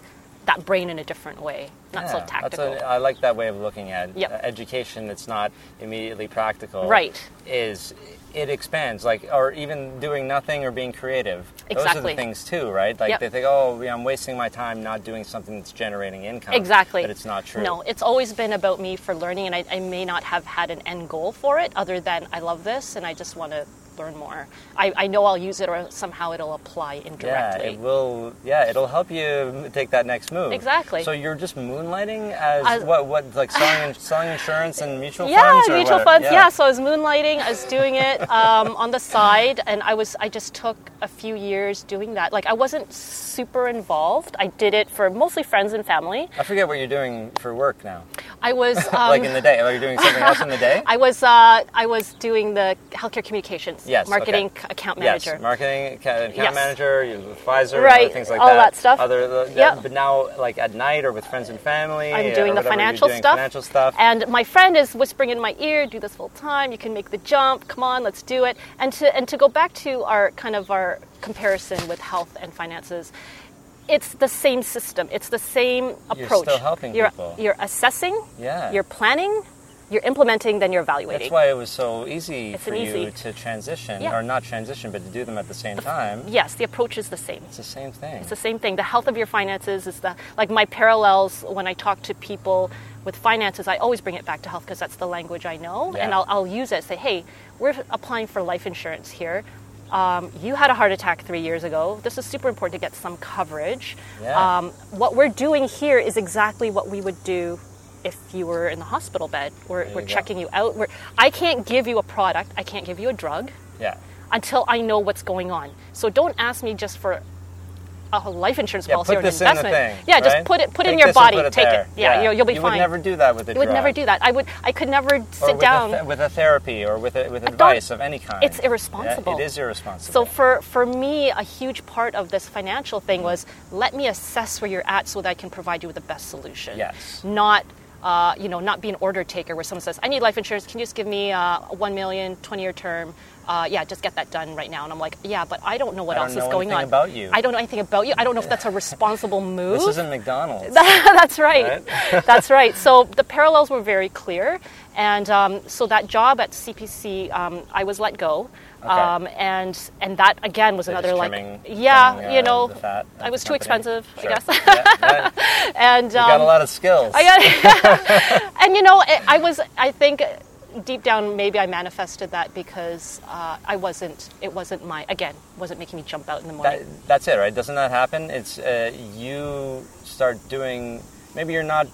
A: that brain in a different way, not so
D: yeah, that's
A: tactical.
D: a- I like that way of looking at
A: Yep.
D: uh, education. That's not immediately practical.
A: Right.
D: Is it expands like, or even doing nothing or being creative. Those are
A: Exactly.
D: the things too, right? Like
A: Yep.
D: they think, oh, yeah, I'm wasting my time not doing something that's generating income.
A: Exactly.
D: But it's not true.
A: No, it's always been about me for learning, and I, I may not have had an end goal for it other than I love this and I just want to learn more. I, I know I'll use it or somehow it'll apply indirectly.
D: Yeah, it will. Yeah, it'll help you take that next move.
A: Exactly.
D: So you're just moonlighting as
A: As-
D: what? What like selling, selling insurance and mutual
A: yeah,
D: funds? or
A: mutual
D: what?
A: funds. Yeah. so I was moonlighting. I was doing it [LAUGHS] um, on the side, and I was I just took a few years doing that. Like I wasn't super involved. I did it for mostly friends and family.
D: I forget what you're doing for work now.
A: I was um,
D: [LAUGHS] like in the day, are you doing something else in the day?
A: I was uh, I was doing the healthcare communications,
D: Yes, okay.
A: marketing c- account
D: yes,
A: manager.
D: marketing ca- account
A: Yes.
D: manager, you advisor,
A: Right,
D: other things like
A: all
D: that.
A: that stuff.
D: Other, uh,
A: Yep.
D: But now, like at night or with friends and family,
A: I'm
D: or
A: doing the
D: whatever, you're
A: financial
D: doing
A: stuff.
D: Financial stuff.
A: And my friend is whispering in my ear, "Do this full time. You can make the jump. Come on, let's do it." And to and to go back to our kind of our comparison with health and finances, it's the same system. It's the same
D: You're
A: approach.
D: still helping
A: you're,
D: people.
A: You're assessing.
D: Yeah.
A: You're planning. You're implementing. Then you're
D: That's
A: evaluating.
D: why it was so easy
A: It's
D: for
A: an easy-
D: you to transition,
A: Yeah.
D: or not transition, but to do them at the same time.
A: yes, the approach is the same.
D: It's the same thing.
A: It's the same thing. The health of your finances is the like my parallels when I talk to people with finances. I always bring it back to health because that's the language I know, and
D: Yeah.
A: I'll, I'll use it. Say, hey, we're applying for life insurance here. Um, you had a heart attack three years ago. This is super important to get some coverage.
D: Yeah.
A: Um, what we're doing here is exactly what we would do if you were in the hospital bed. We're,
D: you
A: we're
D: go.
A: checking you out. We're, I can't give you a product. I can't give you a drug
D: yeah.
A: until I know what's going on. So don't ask me just for a life insurance
D: Yeah,
A: policy
D: put
A: or an
D: this in the
A: investment.
D: thing,
A: yeah, just
D: right?
A: put it put it in
D: Take
A: your
D: this and
A: body,
D: put it
A: take
D: there.
A: it. Yeah,
D: Yeah.
A: You'll, you'll be
D: You would
A: fine.
D: never do that with a
A: You would never
D: drug.
A: do that. I would I could never
D: Or
A: sit
D: with
A: down.
D: A th- with a therapy or with, a, with
A: don't-
D: advice of any kind.
A: it's irresponsible.
D: Yeah, it is irresponsible.
A: so for, for me, a huge part of this financial thing was let me assess where you're at so that I can provide you with the best solution.
D: Yes.
A: Not uh, you know not be an order taker where someone says I need life insurance. Can you just give me uh, a one million 20 year term? Uh, yeah, just get that done right now. And I'm like, yeah, but I don't know what
D: I don't
A: else
D: know
A: is going on.
D: anything about you."
A: I don't know anything about you. I don't know if that's a responsible move.
D: [LAUGHS] this isn't McDonald's.
A: [LAUGHS] That's right. [LAUGHS] That's right. So the parallels were very clear. And um, so that job at CPC, um, I was let go.
D: Okay.
A: Um, and and that again was
D: They're
A: another
D: just
A: like
D: trimming-
A: yeah
D: trimming, uh,
A: you know
D: the fat of
A: I was
D: the
A: too
D: company.
A: expensive I
D: Sure.
A: guess [LAUGHS]
D: Yeah, yeah. You
A: and um,
D: got a lot of skills.
A: I
D: [LAUGHS]
A: got- [LAUGHS] and you know I, I was I think deep down maybe I manifested that because uh, I wasn't it wasn't my again wasn't making me jump out in the morning
D: that, that's it, right? Doesn't that happen? It's uh, you start doing. Maybe you're not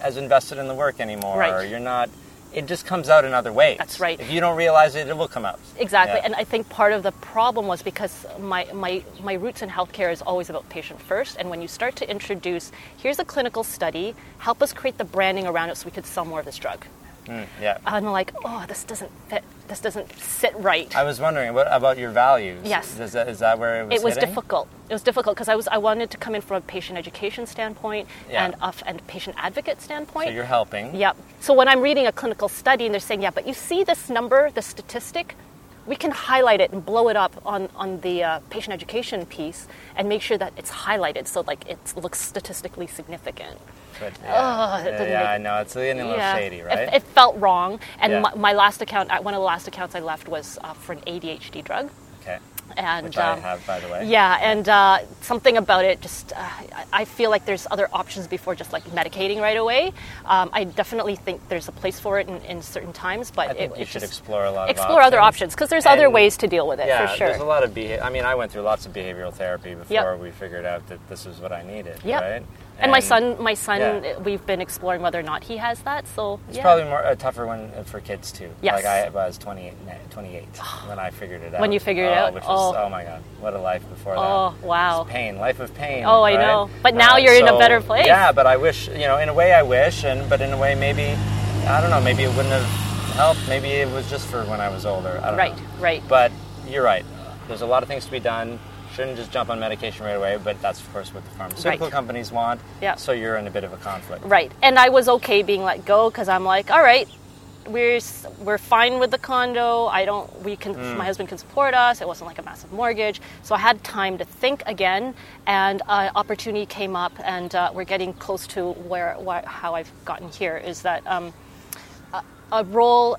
D: as invested in the work anymore.
A: Right.
D: Or you're not. It just comes out in other ways.
A: That's right.
D: If you don't realize it, it will come out.
A: Exactly,
D: Yeah.
A: and I think part of the problem was because my, my, my roots in healthcare is always about patient first. And when you start to introduce, here's a clinical study, help us create the branding around it so we could sell more of this drug.
D: yeah.
A: And I'm like, oh, this doesn't fit, this doesn't sit right.
D: I was wondering what about your values?
A: Yes.
D: Is that, is that where it was?
A: it was
D: hitting?
A: difficult. It was difficult because I was I wanted to come in from a patient education standpoint
D: Yeah.
A: and of and patient advocate standpoint.
D: So you're helping.
A: Yep. So when I'm reading a clinical study and they're saying, yeah, but you see this number, the statistic, we can highlight it and blow it up on, on the uh, patient education piece and make sure that it's highlighted so like it looks statistically significant.
D: But, yeah,
A: Ugh, it
D: yeah,
A: didn't
D: yeah,
A: make-
D: I know it's getting a little shady,
A: It-
D: right?
A: It, felt wrong. And
D: Yeah.
A: my, my last account, uh, one of the last accounts I left was uh, for an ADHD drug.
D: okay.
A: And
D: which I
A: um,
D: have, by the way.
A: yeah, and uh, something about it just, uh, I- I feel like there's other options before just like medicating right away. Um, I definitely think there's a place for it in, in certain times, but
D: I think
A: it,
D: you
A: it
D: should
A: just
D: explore a lot of
A: explore other options because there's other
D: And-
A: ways to deal with it
D: yeah,
A: for sure.
D: there's a lot of behavior. I mean, I went through lots of behavioral therapy before we figured out that this is what I needed,
A: Yep.
D: right?
A: and, my son, my son,
D: Yeah.
A: we've been exploring whether or not he has that. So
D: It's
A: yeah.
D: probably more a tougher one uh, for kids too.
A: Yes.
D: Like I was 28, na- 28 when I figured it out.
A: When you figured it
D: Oh,
A: out?
D: Which was,
A: Oh.
D: oh. my god, what a life before that.
A: Oh, wow.
D: It's pain, life of pain.
A: Oh, I
D: right? Um,
A: know. But now you're in a better place.
D: Yeah, but I wish, you know, in a way I wish, and but in a way maybe, I don't know, maybe it wouldn't have helped. Maybe it was just for when I was older. I don't
A: right,
D: know.
A: right.
D: But you're right. There's a lot of things to be done. Shouldn't just jump on medication right away, but that's of course what the pharmaceutical
A: Right.
D: companies want.
A: Yeah.
D: So you're in a bit of a conflict.
A: Right. And I was okay being let go because I'm like, all right, we're s- we're fine with the condo. I don't. We can. My husband can support us. It wasn't like a massive mortgage, so I had time to think again. And uh, opportunity came up, and uh, we're getting close to where, why how I've gotten here is that um, a, a role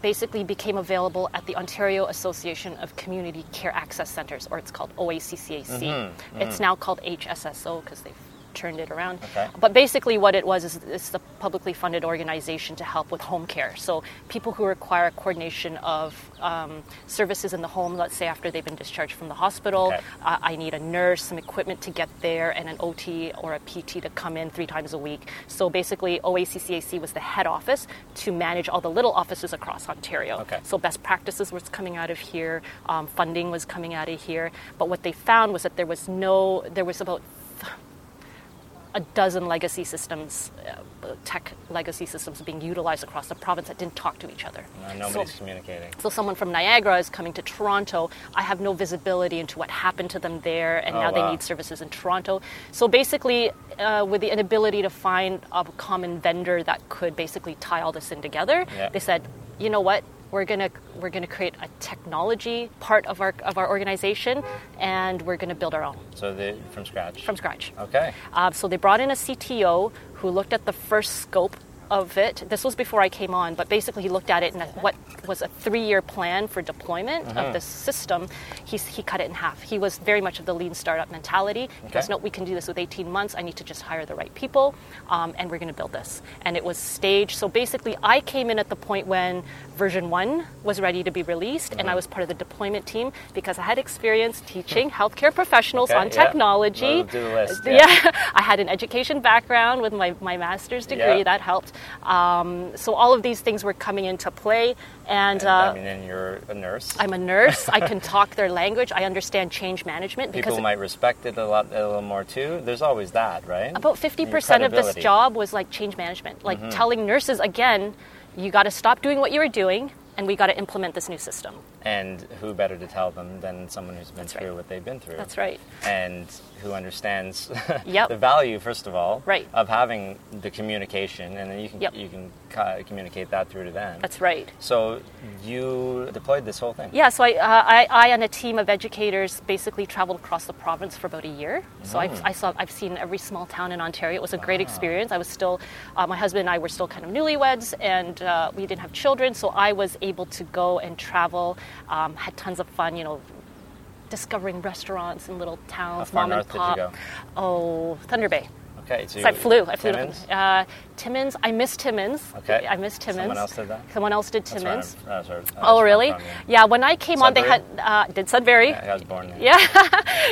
A: basically became available at the Ontario Association of Community Care Access Centres, or it's called OACCAC.
D: Mm-hmm,
A: It's now called HSSO because they've turned it around.
D: Okay.
A: But basically, what it was is it's the publicly funded organization to help with home care. So people who require coordination of um, services in the home, let's say after they've been discharged from the hospital,
D: Okay.
A: uh, I need a nurse, some equipment to get there, and an OT or a PT to come in three times a week. So basically, OACCAC was the head office to manage all the little offices across Ontario.
D: Okay.
A: So best practices was coming out of here, um, funding was coming out of here. But what they found was that there was no, there was about a dozen legacy systems, uh, tech legacy systems being utilized across the province that didn't talk to each other.
D: Uh,
A: So-
D: nobody's communicating.
A: so someone from Niagara is coming to Toronto. I have no visibility into what happened to them there, and
D: Oh,
A: now they
D: wow.
A: need services in Toronto. So basically, uh, with the inability to find a common vendor that could basically tie all this in together,
D: Yeah.
A: they said, you know what? We're gonna we're gonna create a technology part of our of our organization, and we're gonna build our own
D: So the, from scratch.
A: from scratch.
D: Okay.
A: Uh, so they brought in a CTO who looked at the first scope of it. This was before I came on, but basically he looked at it and what was a three-year plan for deployment
D: Uh-huh.
A: of this system. He, he cut it in half. He was very much of the lean startup mentality. He goes,
D: Okay.
A: no, we can do this with 18 months. I need to just hire the right people, um, and we're going to build this. And it was staged. So basically, I came in at the point when version one was ready to be released, and
D: Uh-huh.
A: I was part of the deployment team because I had experience teaching
D: [LAUGHS]
A: healthcare professionals
D: Okay,
A: on
D: yeah.
A: technology.
D: Well, do the list,
A: yeah.
D: yeah.
A: [LAUGHS] I had an education background with my, my master's degree.
D: Yeah.
A: That helped. Um, so all of these things were coming into play. And, uh,
D: I mean, and you're a nurse.
A: I'm a nurse.
D: [LAUGHS]
A: I can talk their language. I understand change management because
D: People might respect it a lot, a little more too. There's always that, right?
A: about
D: Your
A: 50% of this
D: credibility. Mm-hmm.
A: job was like change management, like telling nurses again, you got to stop doing what you were doing and we got to implement this new system.
D: And who better to tell them than someone who's been
A: That's right.
D: through what they've been through?
A: That's right.
D: And who understands [LAUGHS]
A: Yep.
D: the value, first of all,
A: Right.
D: of having the communication, and then you can
A: Yep.
D: you can co- communicate that through to them.
A: That's right.
D: So you deployed this whole thing.
A: Yeah, so I, uh, I, I and a team of educators basically traveled across the province for about a year. So
D: Mm.
A: I've, I saw, I've seen every small town in Ontario. It was a great experience. I was still, uh, my husband and I were still kind of newlyweds, and uh, we didn't have children, so I was able to go and travel. Um, had tons of fun, you know, discovering restaurants in little towns,
D: far
A: mom
D: north
A: and
D: did you
A: pop.
D: go?
A: Oh, Thunder Bay.
D: Okay. So,
A: So I
D: you-
A: flew. I flew
D: Timmins?
A: to uh, Timmins. I missed Timmins.
D: Okay.
A: I missed Timmins.
D: Someone else did that?
A: Someone else did
D: That's
A: Timmins.
D: where I'm- that's where- that's
A: Oh,
D: where I'm
A: really?
D: from,
A: Yeah, when I came on, they had
D: Sudbury?
A: uh, did Sudbury.
D: Yeah, I was born there.
A: Yeah,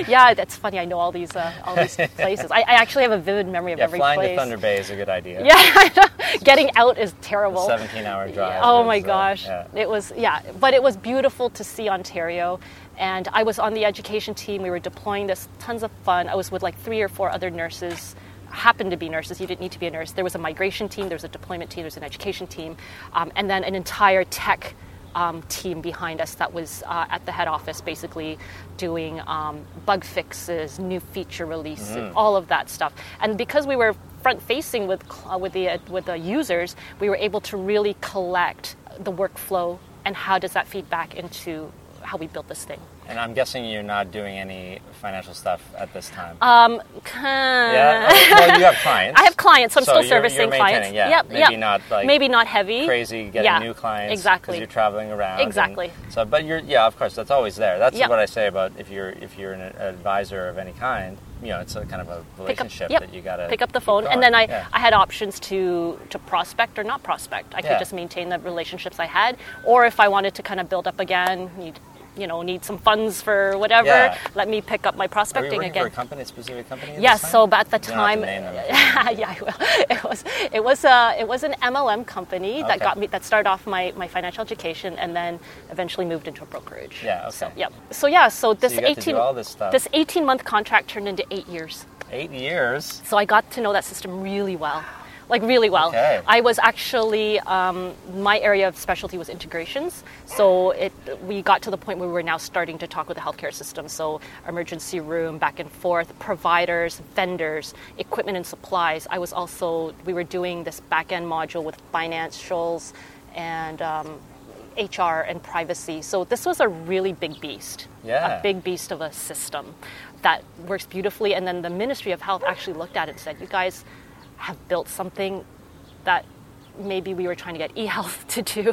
A: yeah, that's funny. I know all these uh, all
D: [LAUGHS]
A: these places. I, I actually have a vivid memory of
D: Yeah,
A: every
D: flying
A: place.
D: to Thunder Bay is a good idea.
A: Yeah, I know. getting out is terrible.
D: 17 hour drive.
A: Oh
D: is,
A: my
D: uh,
A: gosh,
D: yeah.
A: it was yeah, but it was beautiful to see Ontario, and I was on the education team. We were deploying this, tons of fun. I was with like three or four other nurses. Happened to be nurses. You didn't need to be a nurse. There was a migration team. There was a deployment team. There was an education team, um, and then an entire tech. Um, team behind us that was uh, at the head office basically doing um, bug fixes, new feature release,
D: Mm.
A: and all of that stuff. And because we were front facing with cl- uh, with the uh, with the users, we were able to really collect the workflow and how does that feed back into how we built this thing.
D: And I'm guessing you're not doing any financial stuff at this time.
A: Um, [LAUGHS]
D: yeah. Oh, Well, you have clients.
A: I have clients, so I'm
D: So
A: still
D: you're- you're
A: servicing clients.
D: maintaining, yeah.
A: Yep,
D: Maybe
A: yep.
D: not, like,
A: maybe not heavy.
D: Crazy getting
A: Yeah,
D: new clients.
A: exactly.
D: Because you're traveling around. and-
A: Exactly.
D: so, but you're yeah, of course, that's always there. That's
A: Yep.
D: what I say about if you're if you're an advisor of any kind. You know, it's a kind of a
A: Pick up,
D: relationship
A: yep,
D: that you gotta
A: pick up the
D: keep
A: phone,
D: going.
A: and then I,
D: Yeah.
A: I had options to to prospect or not prospect. I could
D: Yeah.
A: just maintain the relationships I had, or if I wanted to kind of build up again, need you know need some funds for whatever,
D: Yeah.
A: let me pick up my
D: Are you
A: prospecting
D: working
A: again.
D: for a company, a specific company? at
A: Yes.
D: this time?
A: So, but at the
D: You don't have
A: time, [LAUGHS]
D: to name them.
A: yeah, I will. [LAUGHS] It was it was a it was an MLM company that
D: Okay.
A: got me that started off my, my financial education and then eventually moved into a brokerage.
D: Yeah,
A: So
D: okay.
A: yeah. So yeah. So this
D: you got to do
A: eighteen
D: all this stuff.
A: eighteen month contract turned into eight years.
D: Eight years.
A: So I got to know that system really well, like really well.
D: Okay.
A: I was actually um, my area of specialty was integrations. So it we got to the point where we were now starting to talk with the healthcare system. So emergency room, back and forth, providers, vendors, equipment and supplies. I was also we were doing this back end module with financials and. Um, HR and privacy. So, this was a really big beast.
D: Yeah.
A: A big big beast of a system that works beautifully. And then the Ministry of Health actually looked at it and said, You guys have built something that maybe we were trying to get e-health [LAUGHS] to do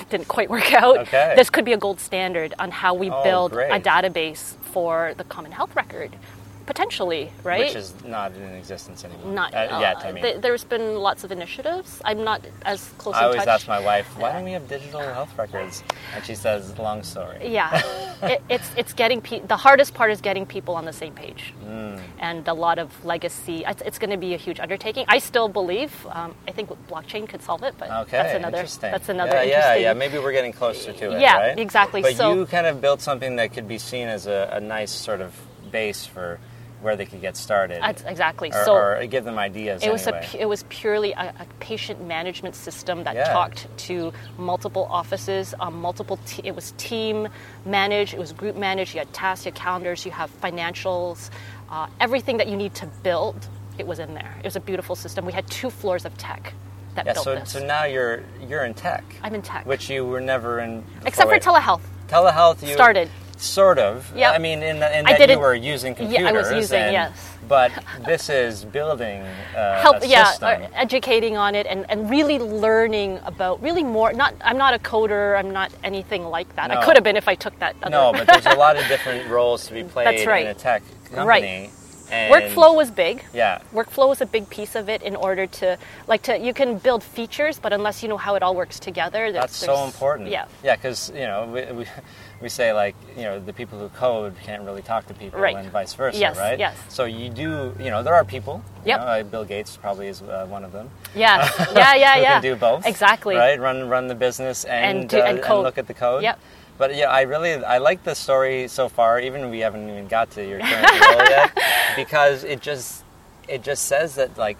A: It didn't quite work out
D: Okay.
A: this could be a gold standard on how we
D: Oh,
A: build a
D: great.
A: database for the common health record potentially right
D: Which is not in existence anymore.
A: not
D: uh,
A: uh,
D: yet. I mean,
A: th- there's been lots of initiatives i'm not as close
D: I
A: in
D: always
A: touch
D: ask my wife,
A: [LAUGHS]
D: "Why don't we have digital health records?" And she says, "Long story." [LAUGHS]
A: Yeah, it, it's it's getting pe- the hardest part is getting people on the same page,
D: Mm.
A: and a lot of legacy. It's, it's going to be a huge undertaking. I still believe. Um, I think blockchain could solve it, but
D: Okay,
A: that's another.
D: interesting.
A: That's another.
D: Yeah,
A: interesting,
D: yeah, yeah. Maybe we're getting closer to it.
A: Yeah,
D: right?
A: exactly.
D: But
A: So-
D: you kind of built something that could be seen as a, a nice sort of base for where they could get started.
A: That's exactly.
D: Or,
A: so
D: or give them ideas.
A: it was a
D: anyway.
A: pu- it was purely a, a patient management system that
D: Yeah.
A: talked to multiple offices, um, multiple. Te- it was team managed, it was group managed. You had tasks, you had calendars, you have financials, uh, everything that you need to build. It was in there. It was a beautiful system. We had two floors of tech that
D: yeah.
A: built
D: So,
A: this.
D: so now you're you're in tech.
A: I'm in tech.
D: Which you were never in. before.
A: Except for
D: Wait,
A: telehealth.
D: telehealth. You
A: Started.
D: Sort of. Yeah.
A: Yep.
D: I mean, in, the, in
A: I
D: that
A: did
D: you
A: it-
D: were using computers.
A: Yeah, I was using,
D: and-
A: yes.
D: But this is building uh,
A: Help,
D: a
A: yeah,
D: system.
A: or educating on it and, and really learning about really more. Not, I'm not a coder. I'm not anything like that.
D: No.
A: I could have been if I took that. Other
D: No, but there's a lot of different roles to be played
A: That's right.
D: in a tech company.
A: Right.
D: And
A: workflow was big.
D: Yeah.
A: workflow is a big piece of it in order to like to you can build features but unless you know how it all works together there's,
D: That's so
A: there's-
D: important.
A: yeah
D: Yeah, because you know we, we we say like you know the people who code can't really talk to people,
A: Right.
D: and vice versa,
A: Yes,
D: right?
A: yes.
D: So you do you know there are people. you
A: Yep.
D: know, uh, Bill Gates probably is uh, one of them. [LAUGHS]
A: yes yeah yeah
D: who
A: yeah
D: can do both.
A: exactly
D: Right, run run the business and
A: And do- and code.
D: look at the code.
A: Yep.
D: But yeah, I really I like the story so far. Even we haven't even got to your current
A: [LAUGHS]
D: role yet, because it just it just says that like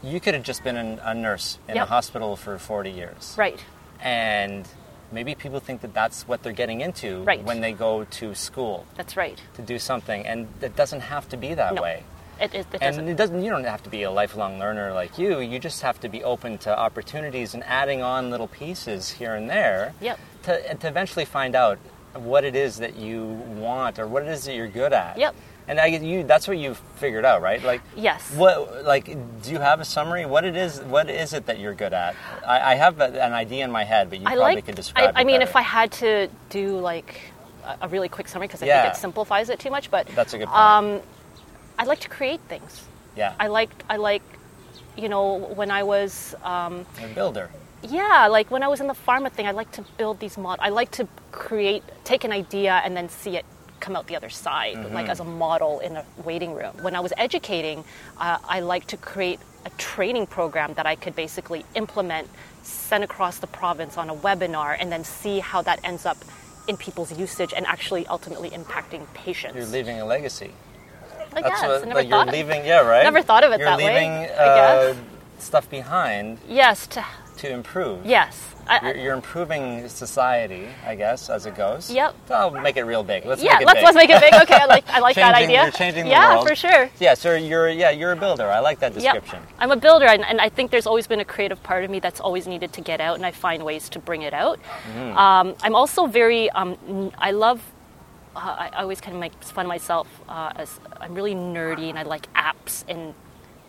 D: you could have just been an, a nurse in a
A: Yep.
D: hospital for forty years,
A: right
D: and maybe people think that that's what they're getting into
A: Right.
D: when they go to school
A: that's right
D: to do something, and it doesn't have to be that
A: No.
D: way
A: it, it, it
D: and
A: doesn't
D: it doesn't you don't have to be a lifelong learner like you you just have to be open to opportunities and adding on little pieces here and there
A: Yep.
D: to, and to eventually find out what it is that you want or what it is that you're good at
A: Yep.
D: and I, you that's what you figured out right like
A: Yes.
D: what like do you have a summary what it is what is it that you're good at i, I have a, an idea in my head but you
A: I
D: probably
A: like
D: could describe
A: I, I
D: it
A: mean
D: better.
A: if I had to do like a- a really quick summary because I
D: Yeah.
A: think it simplifies it too much but
D: that's a good point
A: um, I like to create things
D: yeah
A: I liked I like you know when I was um,
D: You're a builder
A: yeah like when i was in the pharma thing i like to build these mod i like to create take an idea and then see it come out the other side like as a
D: Mm-hmm.
A: model in a waiting room when i was educating uh, i like to create a training program that i could basically implement send across the province on a webinar and then see how that ends up in people's usage and actually ultimately impacting patients
D: you're leaving a legacy
A: i
D: That's
A: guess
D: what-
A: I never
D: like
A: thought
D: you're
A: of-
D: leaving, yeah, right.
A: never thought of it
D: you're
A: that way,
D: leaving,
A: I guess.
D: uh, Stuff behind
A: yes to
D: to improve.
A: Yes. I-
D: You're, you're improving society, I guess, as it goes.
A: Yep.
D: I'll make it real big. Let's
A: yeah,
D: make it
A: let's
D: big.
A: let's make it big. Okay, I like I like that
D: Changing-
A: idea.
D: you're changing the
A: yeah,
D: world.
A: for sure.
D: Yeah, so you're yeah you're a builder. I like that
A: Yep.
D: description.
A: I'm a builder, and, and I think there's always been a creative part of me that's always needed to get out, and I find ways to bring it out.
D: Mm-hmm.
A: Um, I'm also very, um, n- I love, uh, I I always kind of make fun of myself uh, as I'm really nerdy, and I like apps and,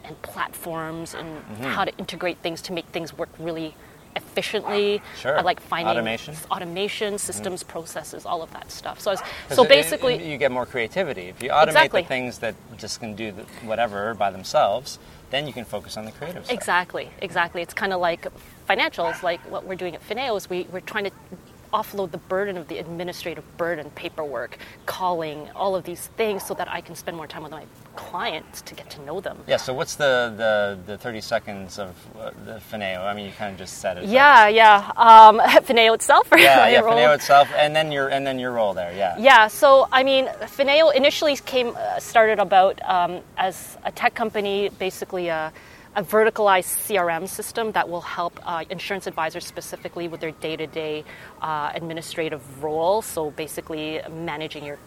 A: and platforms and
D: Mm-hmm.
A: how to integrate things to make things work really efficiently.
D: Sure.
A: I like finding
D: Automation. Mm-hmm.
A: automation, systems, processes, all of that stuff. So, I was,
D: 'Cause
A: so
D: it- it-
A: basically,
D: you get more creativity if you automate
A: Exactly.
D: the things that just can do the, whatever by themselves. Then you can focus on the creative side.
A: Exactly, exactly. It's kind of like financials, like what we're doing at Fineo is we, we're trying to offload the burden of the administrative burden, paperwork, calling, all of these things so that I can spend more time with my clients to get to know them.
D: Yeah. So what's the the, the thirty seconds of uh, the Fineo? I mean, you kind of just said it. but-
A: Yeah, yeah. Um, [LAUGHS] Fineo itself, right? [LAUGHS]
D: Yeah,
A: My
D: yeah.
A: role.
D: Fineo itself, and then your and then your role there. Yeah.
A: Yeah, so I mean, Fineo initially came uh, started about um, as a tech company, basically a, a verticalized CRM system that will help uh, insurance advisors specifically with their day-to-day uh, administrative role. So basically, managing your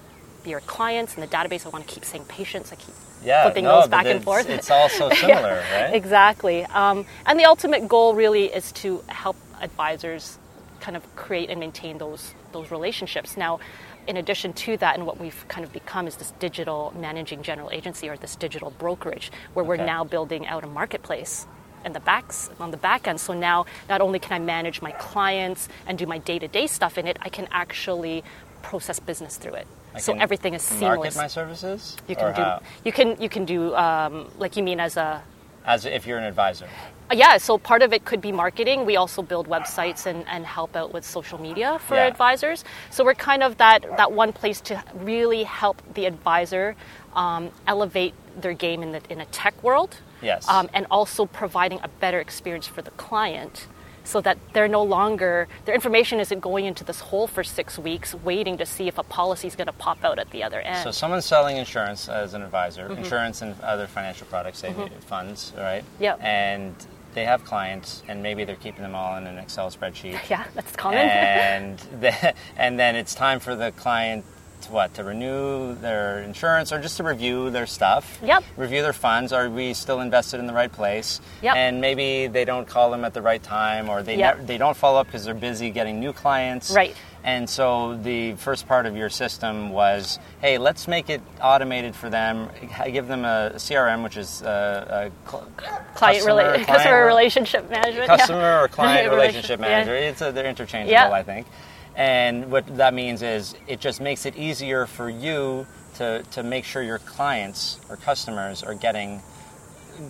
A: your clients and the database. I want to keep saying patients. I keep
D: Yeah,
A: flipping
D: no,
A: those
D: but
A: back and
D: it's-
A: forth.
D: It's
A: [LAUGHS]
D: all so similar, right?
A: Exactly. Um, and the ultimate goal really is to help advisors kind of create and maintain those those relationships. Now, in addition to that, and what we've kind of become is this digital managing general agency or this digital brokerage, where we're
D: Okay.
A: now building out a marketplace. And the backs on the back end. So now, not only can I manage my clients and do my day-to-day stuff in it, I can actually process business through it.
D: I
A: so
D: can
A: everything is
D: Market
A: seamless.
D: my services.
A: you
D: Or uh,
A: can do.
D: how?
A: You can. You can do. Um, like you mean as a
D: as if you're an advisor.
A: uh, Yeah, so part of it could be marketing. We also build websites and, and help out with social media for
D: Yeah.
A: advisors. So we're kind of that, that one place to really help the advisor um, elevate their game in, the, in a tech world.
D: Yes.
A: Um, and also providing a better experience for the client so that they're no longer, their information isn't going into this hole for six weeks waiting to see if a policy is going to pop out at the other end.
D: So someone's selling insurance as an advisor,
A: Mm-hmm.
D: insurance and other financial products, saving funds, right?
A: Yep.
D: And they have clients, and maybe they're keeping them all in an Excel spreadsheet.
A: yeah, that's common.
D: And the, and then it's time for the client to what to renew their insurance or just to review their stuff.
A: Yep.
D: Review their funds. Are we still invested in the right place?
A: Yep.
D: And maybe they don't call them at the right time, or they
A: Yep.
D: nev- they don't follow up because they're busy getting new clients.
A: Right.
D: And so the first part of your system was, hey, let's make it automated for them. h- Give them a CRM, which is uh, a cl-
A: [LAUGHS] client,
D: customer,
A: rela-
D: client
A: [LAUGHS] customer
D: re-
A: relationship management. yeah. [LAUGHS]
D: customer or client relationship
A: Yeah.
D: manager. It's a, they're interchangeable,
A: Yeah.
D: I think. And what that means is it just makes it easier for you to to make sure your clients or customers are getting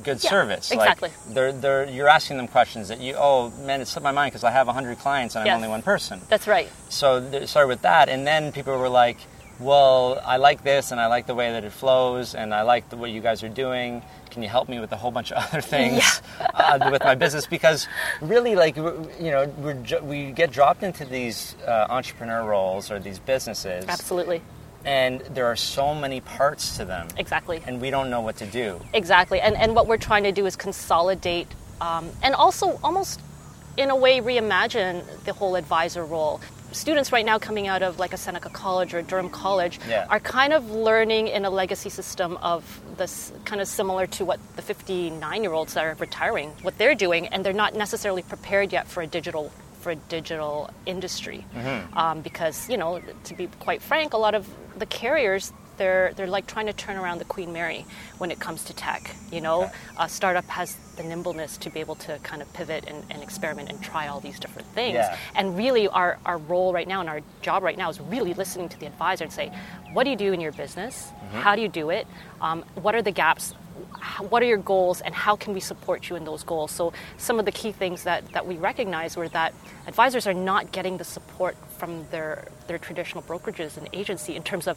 D: good
A: Yeah,
D: service.
A: exactly.
D: Like they're, they're, you're asking them questions that you, oh man, it slipped my mind because I have 100 clients and I'm
A: Yes.
D: only one person.
A: That's right.
D: So th- started with that, and then people were like, "Well, I like this, and I like the way that it flows, and I like the way you guys are doing. Can you help me with a whole bunch of [LAUGHS] other things uh, with my business?" Because really, like w- you know, we're ju- we get dropped into these uh, entrepreneur roles or these businesses,
A: Absolutely.
D: and there are so many parts to them,
A: Exactly.
D: and we don't know what to do.
A: exactly. And and what we're trying to do is consolidate, um, and also almost in a way reimagine the whole advisor role. Students right now coming out of like a Seneca College or a Durham College
D: Yeah.
A: are kind of learning in a legacy system of this kind of similar to what the 59 year olds that are retiring, what they're doing, and they're not necessarily prepared yet for a digital for a digital industry um, because you know to be quite frank, a lot of the carriers they're they're like trying to turn around the Queen Mary when it comes to tech. You know, a startup has the nimbleness to be able to kind of pivot and, and experiment and try all these different things.
D: Yeah.
A: And really, our, our role right now and our job right now is really listening to the advisor and say, what do you do in your business? How do you do it? Um, what are the gaps? How- What are your goals? And how can we support you in those goals? So, some of the key things that, that we recognized were that advisors are not getting the support from their, their traditional brokerages and agency in terms of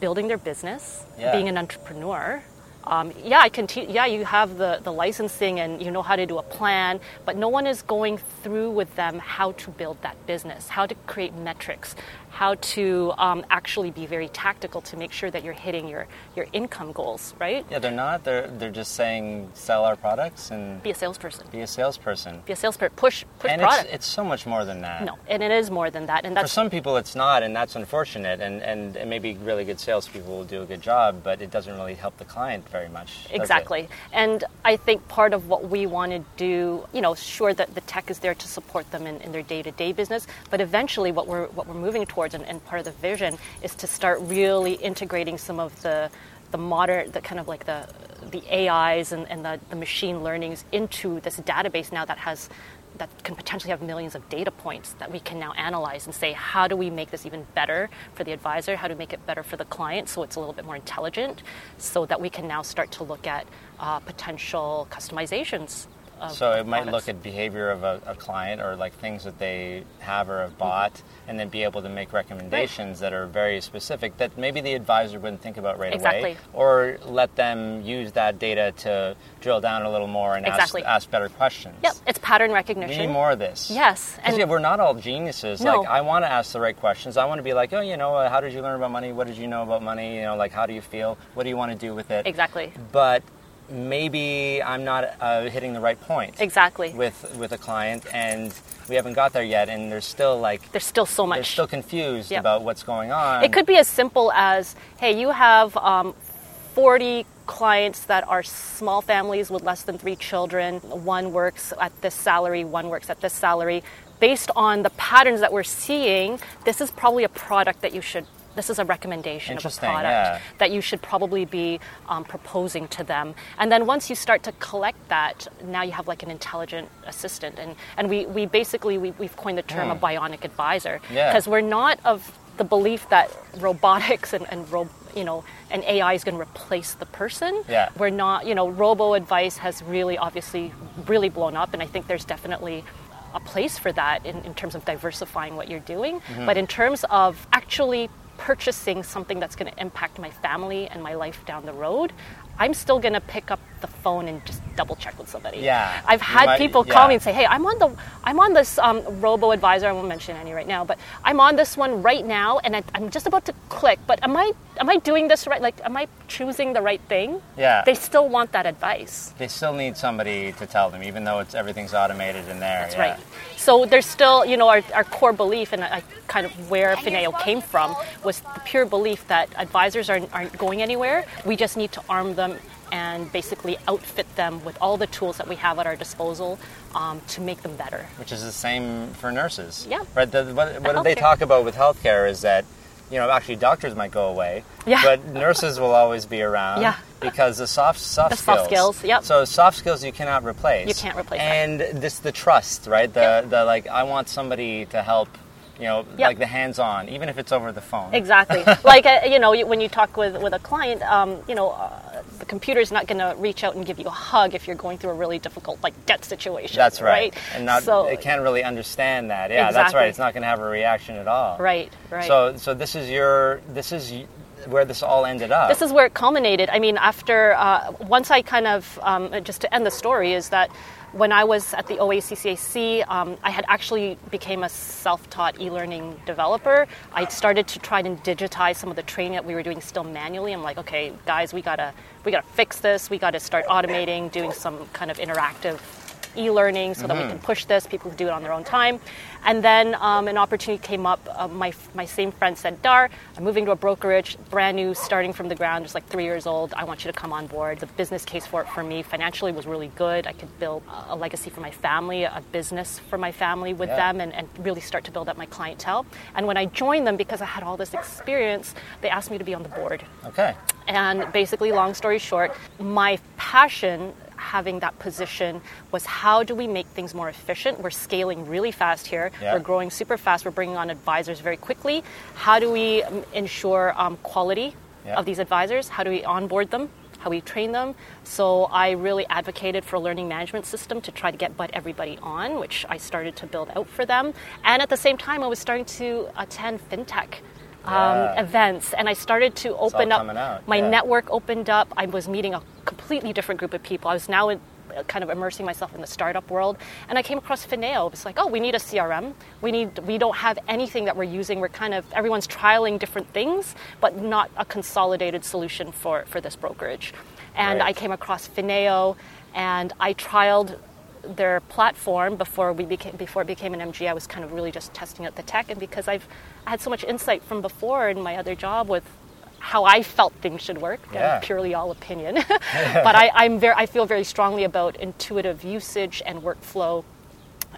A: building their business,
D: Yeah.
A: being an entrepreneur. Um, yeah, I can. Te- yeah, you have the, the licensing and you know how to do a plan, but no one is going through with them how to build that business, how to create metrics, how to um, actually be very tactical to make sure that you're hitting your, your income goals, right?
D: Yeah, they're not. They're they're just saying sell our products and
A: Be a salesperson.
D: be a salesperson.
A: Be a salesperson. Push push
D: and it's
A: product.
D: it's so much more than that.
A: no, and it is more than that, and
D: For
A: that's
D: some people, it's not, and that's unfortunate. And, and, and maybe really good salespeople will do a good job, but it doesn't really help the client very much. does it?
A: Exactly. And I think part of what we want to do, you know, sure that the tech is there to support them in, in their day to day business, but eventually what we're, what we're moving towards and, and part of the vision is to start really integrating some of the, the modern, the kind of like the, the AIs and, and the, the machine learnings into this database now that has that can potentially have millions of data points that we can now analyze and say how do we make this even better for the advisor how do we make it better for the client so it's a little bit more intelligent so that we can now start to look at uh, potential customizations of
D: So it might
A: products.
D: look at behavior of a, a client or like things that they have or have
A: Mm-hmm.
D: bought, and then be able to make recommendations that are very specific that maybe the advisor wouldn't think about right
A: Exactly.
D: away, or let them use that data to drill down a little more and
A: Exactly.
D: ask, ask better questions.
A: yep it's pattern
D: We
A: recognition
D: need more of this.
A: Yes,
D: And
A: and-
D: yeah, we're not all geniuses.
A: No.
D: Like, I want to ask the right questions. I want to be like, oh, you know, uh, how did you learn about money? What did you know about money? You know, like, how do you feel? What do you want to do with it?
A: exactly
D: But maybe I'm not uh, hitting the right point.
A: exactly
D: With with a client, and we haven't got there yet, and they're still like
A: there's still so much
D: they're still confused
A: Yep.
D: about what's going on.
A: It could be as simple as, hey, you have um, 40 clients that are small families with less than three children. One works at this salary, one works at this salary. Based on the patterns that we're seeing, this is probably a product that you should. This is a recommendation of a
D: Interesting,
A: product
D: yeah.
A: that you should probably be um, proposing to them. And then once you start to collect that, now you have like an intelligent assistant. And, and we, we basically, we, we've coined the term a bionic advisor
D: Hmm. Yeah.
A: because we're not of the belief that robotics and, and ro- you know and AI is going to replace the person.
D: Yeah.
A: We're not, you know, robo advice has really obviously really blown up, and I think there's definitely a place for that in, in terms of diversifying what you're doing.
D: Mm-hmm.
A: But in terms of actually purchasing something that's going to impact my family and my life down the road, I'm still going to pick up the phone and just double check with somebody.
D: Yeah.
A: I've
D: You
A: had
D: might-
A: people call me
D: yeah.
A: and say, "Hey, I'm on the I'm on this um, robo advisor. I won't mention any right now, but I'm on this one right now, and I, I'm just about to click. But am I am I doing this right? Like, am I choosing the right thing?
D: Yeah.
A: They still want that advice.
D: they still need somebody to tell them, even though it's everything's automated in there.
A: That's
D: yeah.
A: right. So there's still, you know, our, our core belief, and I, I kind of where Fineo came from, was the pure belief that advisors aren't, aren't going anywhere. We just need to arm them and basically outfit them with all the tools that we have at our disposal um, to make them better.
D: which is the same for nurses.
A: Yeah.
D: Right. The, what what do they
A: healthcare.
D: talk about with healthcare is that, you know, actually doctors might go away,
A: Yeah.
D: but nurses will always be around.
A: Yeah.
D: Because the soft soft
A: The
D: skills.
A: soft skills, yep.
D: So soft skills you cannot replace.
A: You can't replace that.
D: And this the trust, right? The
A: Yep.
D: the like I want somebody to help. You know,
A: Yep.
D: like the hands-on, even if it's over the phone. [LAUGHS]
A: Exactly. like uh, you know, you- when you talk with with a client, um, you know, uh, the computer's not going to reach out and give you a hug if you're going through a really difficult like debt situation.
D: That's right. And not
A: so
D: it can't really understand that. Yeah, that's
A: Exactly.
D: right. It's not going to have a reaction at all.
A: right, right.
D: So so this is your this is y- where this all ended up.
A: this is where it culminated. I mean, after uh, once I kind of um, just to end the story is that when I was at the OACCAC, um, I had actually became a self-taught e-learning developer. I started to try and digitize some of the training that we were doing still manually. I'm like, okay, guys, we gotta we gotta fix this. We gotta start automating, doing some kind of interactive e-learning so that we can push this people can do it on their own time and then um, an opportunity came up uh, my, my same friend said dar i'm moving to a brokerage brand new starting from the ground just like three years old i want you to come on board the business case for it for me financially was really good i could build a- a legacy for my family a business for my family with
D: Yeah.
A: them and, and really start to build up my clientele and when i joined them because i had all this experience they asked me to be on the board
D: okay.
A: and basically, long story short, my passion having that position was how do we make things more efficient? We're scaling really fast here.
D: Yeah.
A: We're growing super fast. We're bringing on advisors very quickly. How do we um, ensure um, quality
D: Yeah.
A: of these advisors? How do we onboard them? How we train them. So I really advocated for a learning management system to try to get but everybody on, which I started to build out for them. And at the same time, I was starting to attend fintech um,
D: Yeah.
A: events, and I started to open
D: all
A: opened
D: coming
A: up.
D: out,
A: My
D: yeah.
A: network opened up. I was meeting a completely different group of people. I was now in kind of immersing myself in the startup world, and I came across Fineo. It's like, oh, we need a CRM. We need we don't have anything that we're using. We're kind of everyone's trialing different things, but not a consolidated solution for for this brokerage. And
D: Right.
A: I came across Fineo, and I trialed their platform before we became before it became an MG. I was kind of really just testing out the tech, and because I've I had so much insight from before in my other job with how I felt things should work, kind of
D: Yeah.
A: purely all
D: [LAUGHS]
A: opinion. [LAUGHS] but I, I'm very I feel very strongly about intuitive usage and workflow.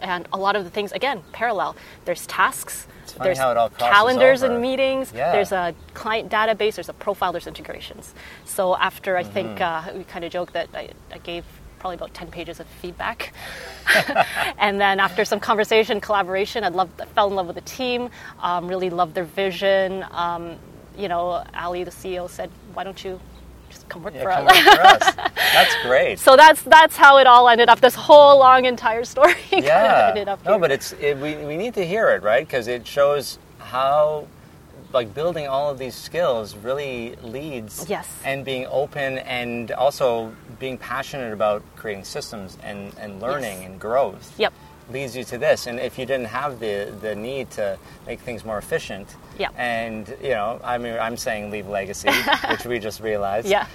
A: And a lot of the things, again, parallel. There's tasks,
D: funny
A: there's
D: how it all crosses
A: calendars
D: over.
A: and meetings,
D: Yeah.
A: there's a client database, there's a profile, there's integrations. So after I think
D: Mm-hmm.
A: uh, we kind of joke that I, I gave probably about 10 pages of feedback and then after some conversation, collaboration, I loved, I fell in love with the team. Um, really loved their vision. Um, you know, Ali, the CEO, said, "Why don't you just come work
D: Yeah,
A: for
D: come
A: us?"
D: work for us. That's
A: [LAUGHS]
D: great.
A: so that's that's how it all ended up. This whole long entire story [LAUGHS] kind of ended up.
D: no
A: here.
D: but it's it, we, we need to hear it right because it shows how like building all of these skills really leads
A: Yes.
D: and being open and also being passionate about creating systems and, and learning
A: Yes.
D: and growth
A: Yep.
D: leads you to this and if you didn't have the the need to make things more efficient
A: Yeah.
D: and you know i mean i'm saying leave
A: [LAUGHS]
D: legacy which we just realized [LAUGHS]
A: yeah,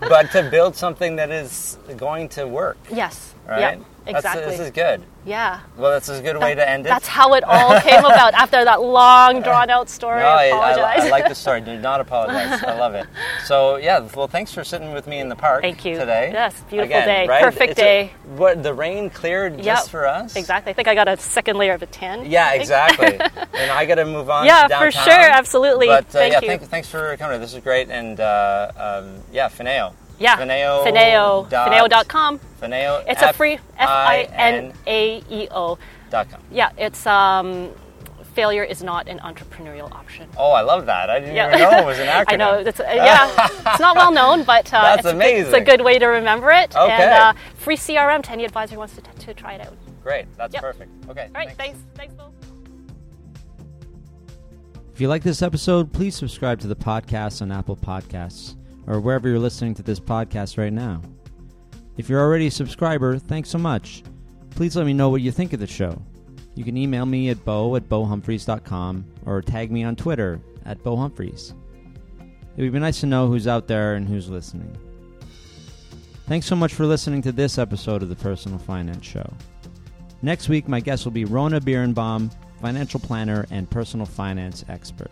D: but to build something that is going to work
A: yes,
D: right
A: yeah,
D: That's-
A: exactly.
D: this is good
A: yeah.
D: well, that's a good way to end it.
A: That's how it
D: [LAUGHS]
A: all came about after that long, drawn out story.
D: No,
A: I
D: I, I,
A: apologize.
D: I like the story. Do not apologize. I love it. So yeah, well, thanks for sitting with me in the park.
A: Thank you.
D: Today.
A: Yes, beautiful
D: Again,
A: day.
D: right?
A: Perfect
D: It's a-
A: day.
D: what the rain cleared just
A: Yep,
D: for
A: [LAUGHS]
D: us.
A: Exactly. I think I got a second layer of a tan.
D: Yeah,
A: [LAUGHS]
D: exactly. and I got to move on.
A: Yeah,
D: to downtown.
A: for sure, absolutely.
D: But uh,
A: Thank
D: yeah,
A: you.
D: Thank, thanks for coming. This is great. And uh, um, yeah, Fineo.
A: Yeah.
D: Fineo.
A: Fineo.
D: dot-
A: Fineo.com.
D: Fineo.
A: It's a free F I N A E O.
D: Dot com.
A: Yeah, it's um, failure is not an entrepreneurial option.
D: Oh, I love that. I didn't
A: Yeah.
D: even know it was an acronym.
A: [LAUGHS] I know it's uh, yeah, it's not well known, but uh,
D: That's
A: it's, a good, it's a
D: amazing.
A: good way to remember it.
D: Okay.
A: And uh, free CRM to any advisor who wants to, t- to try it out. All
D: Great. That's
A: Yep.
D: perfect. Okay. All
A: right, thanks, thanks, Bill.
C: If you like this episode, please subscribe to the podcast on Apple Podcasts or wherever you're listening to this podcast right now. If you're already a subscriber, thanks so much. Please let me know what you think of the show. You can email me at bo at bohumphreys.com or tag me on Twitter at bohumphreys. It would be nice to know who's out there and who's listening. Thanks so much for listening to this episode of the Personal Finance Show. Next week, my guest will be Rona Birnbaum, financial planner and personal finance expert.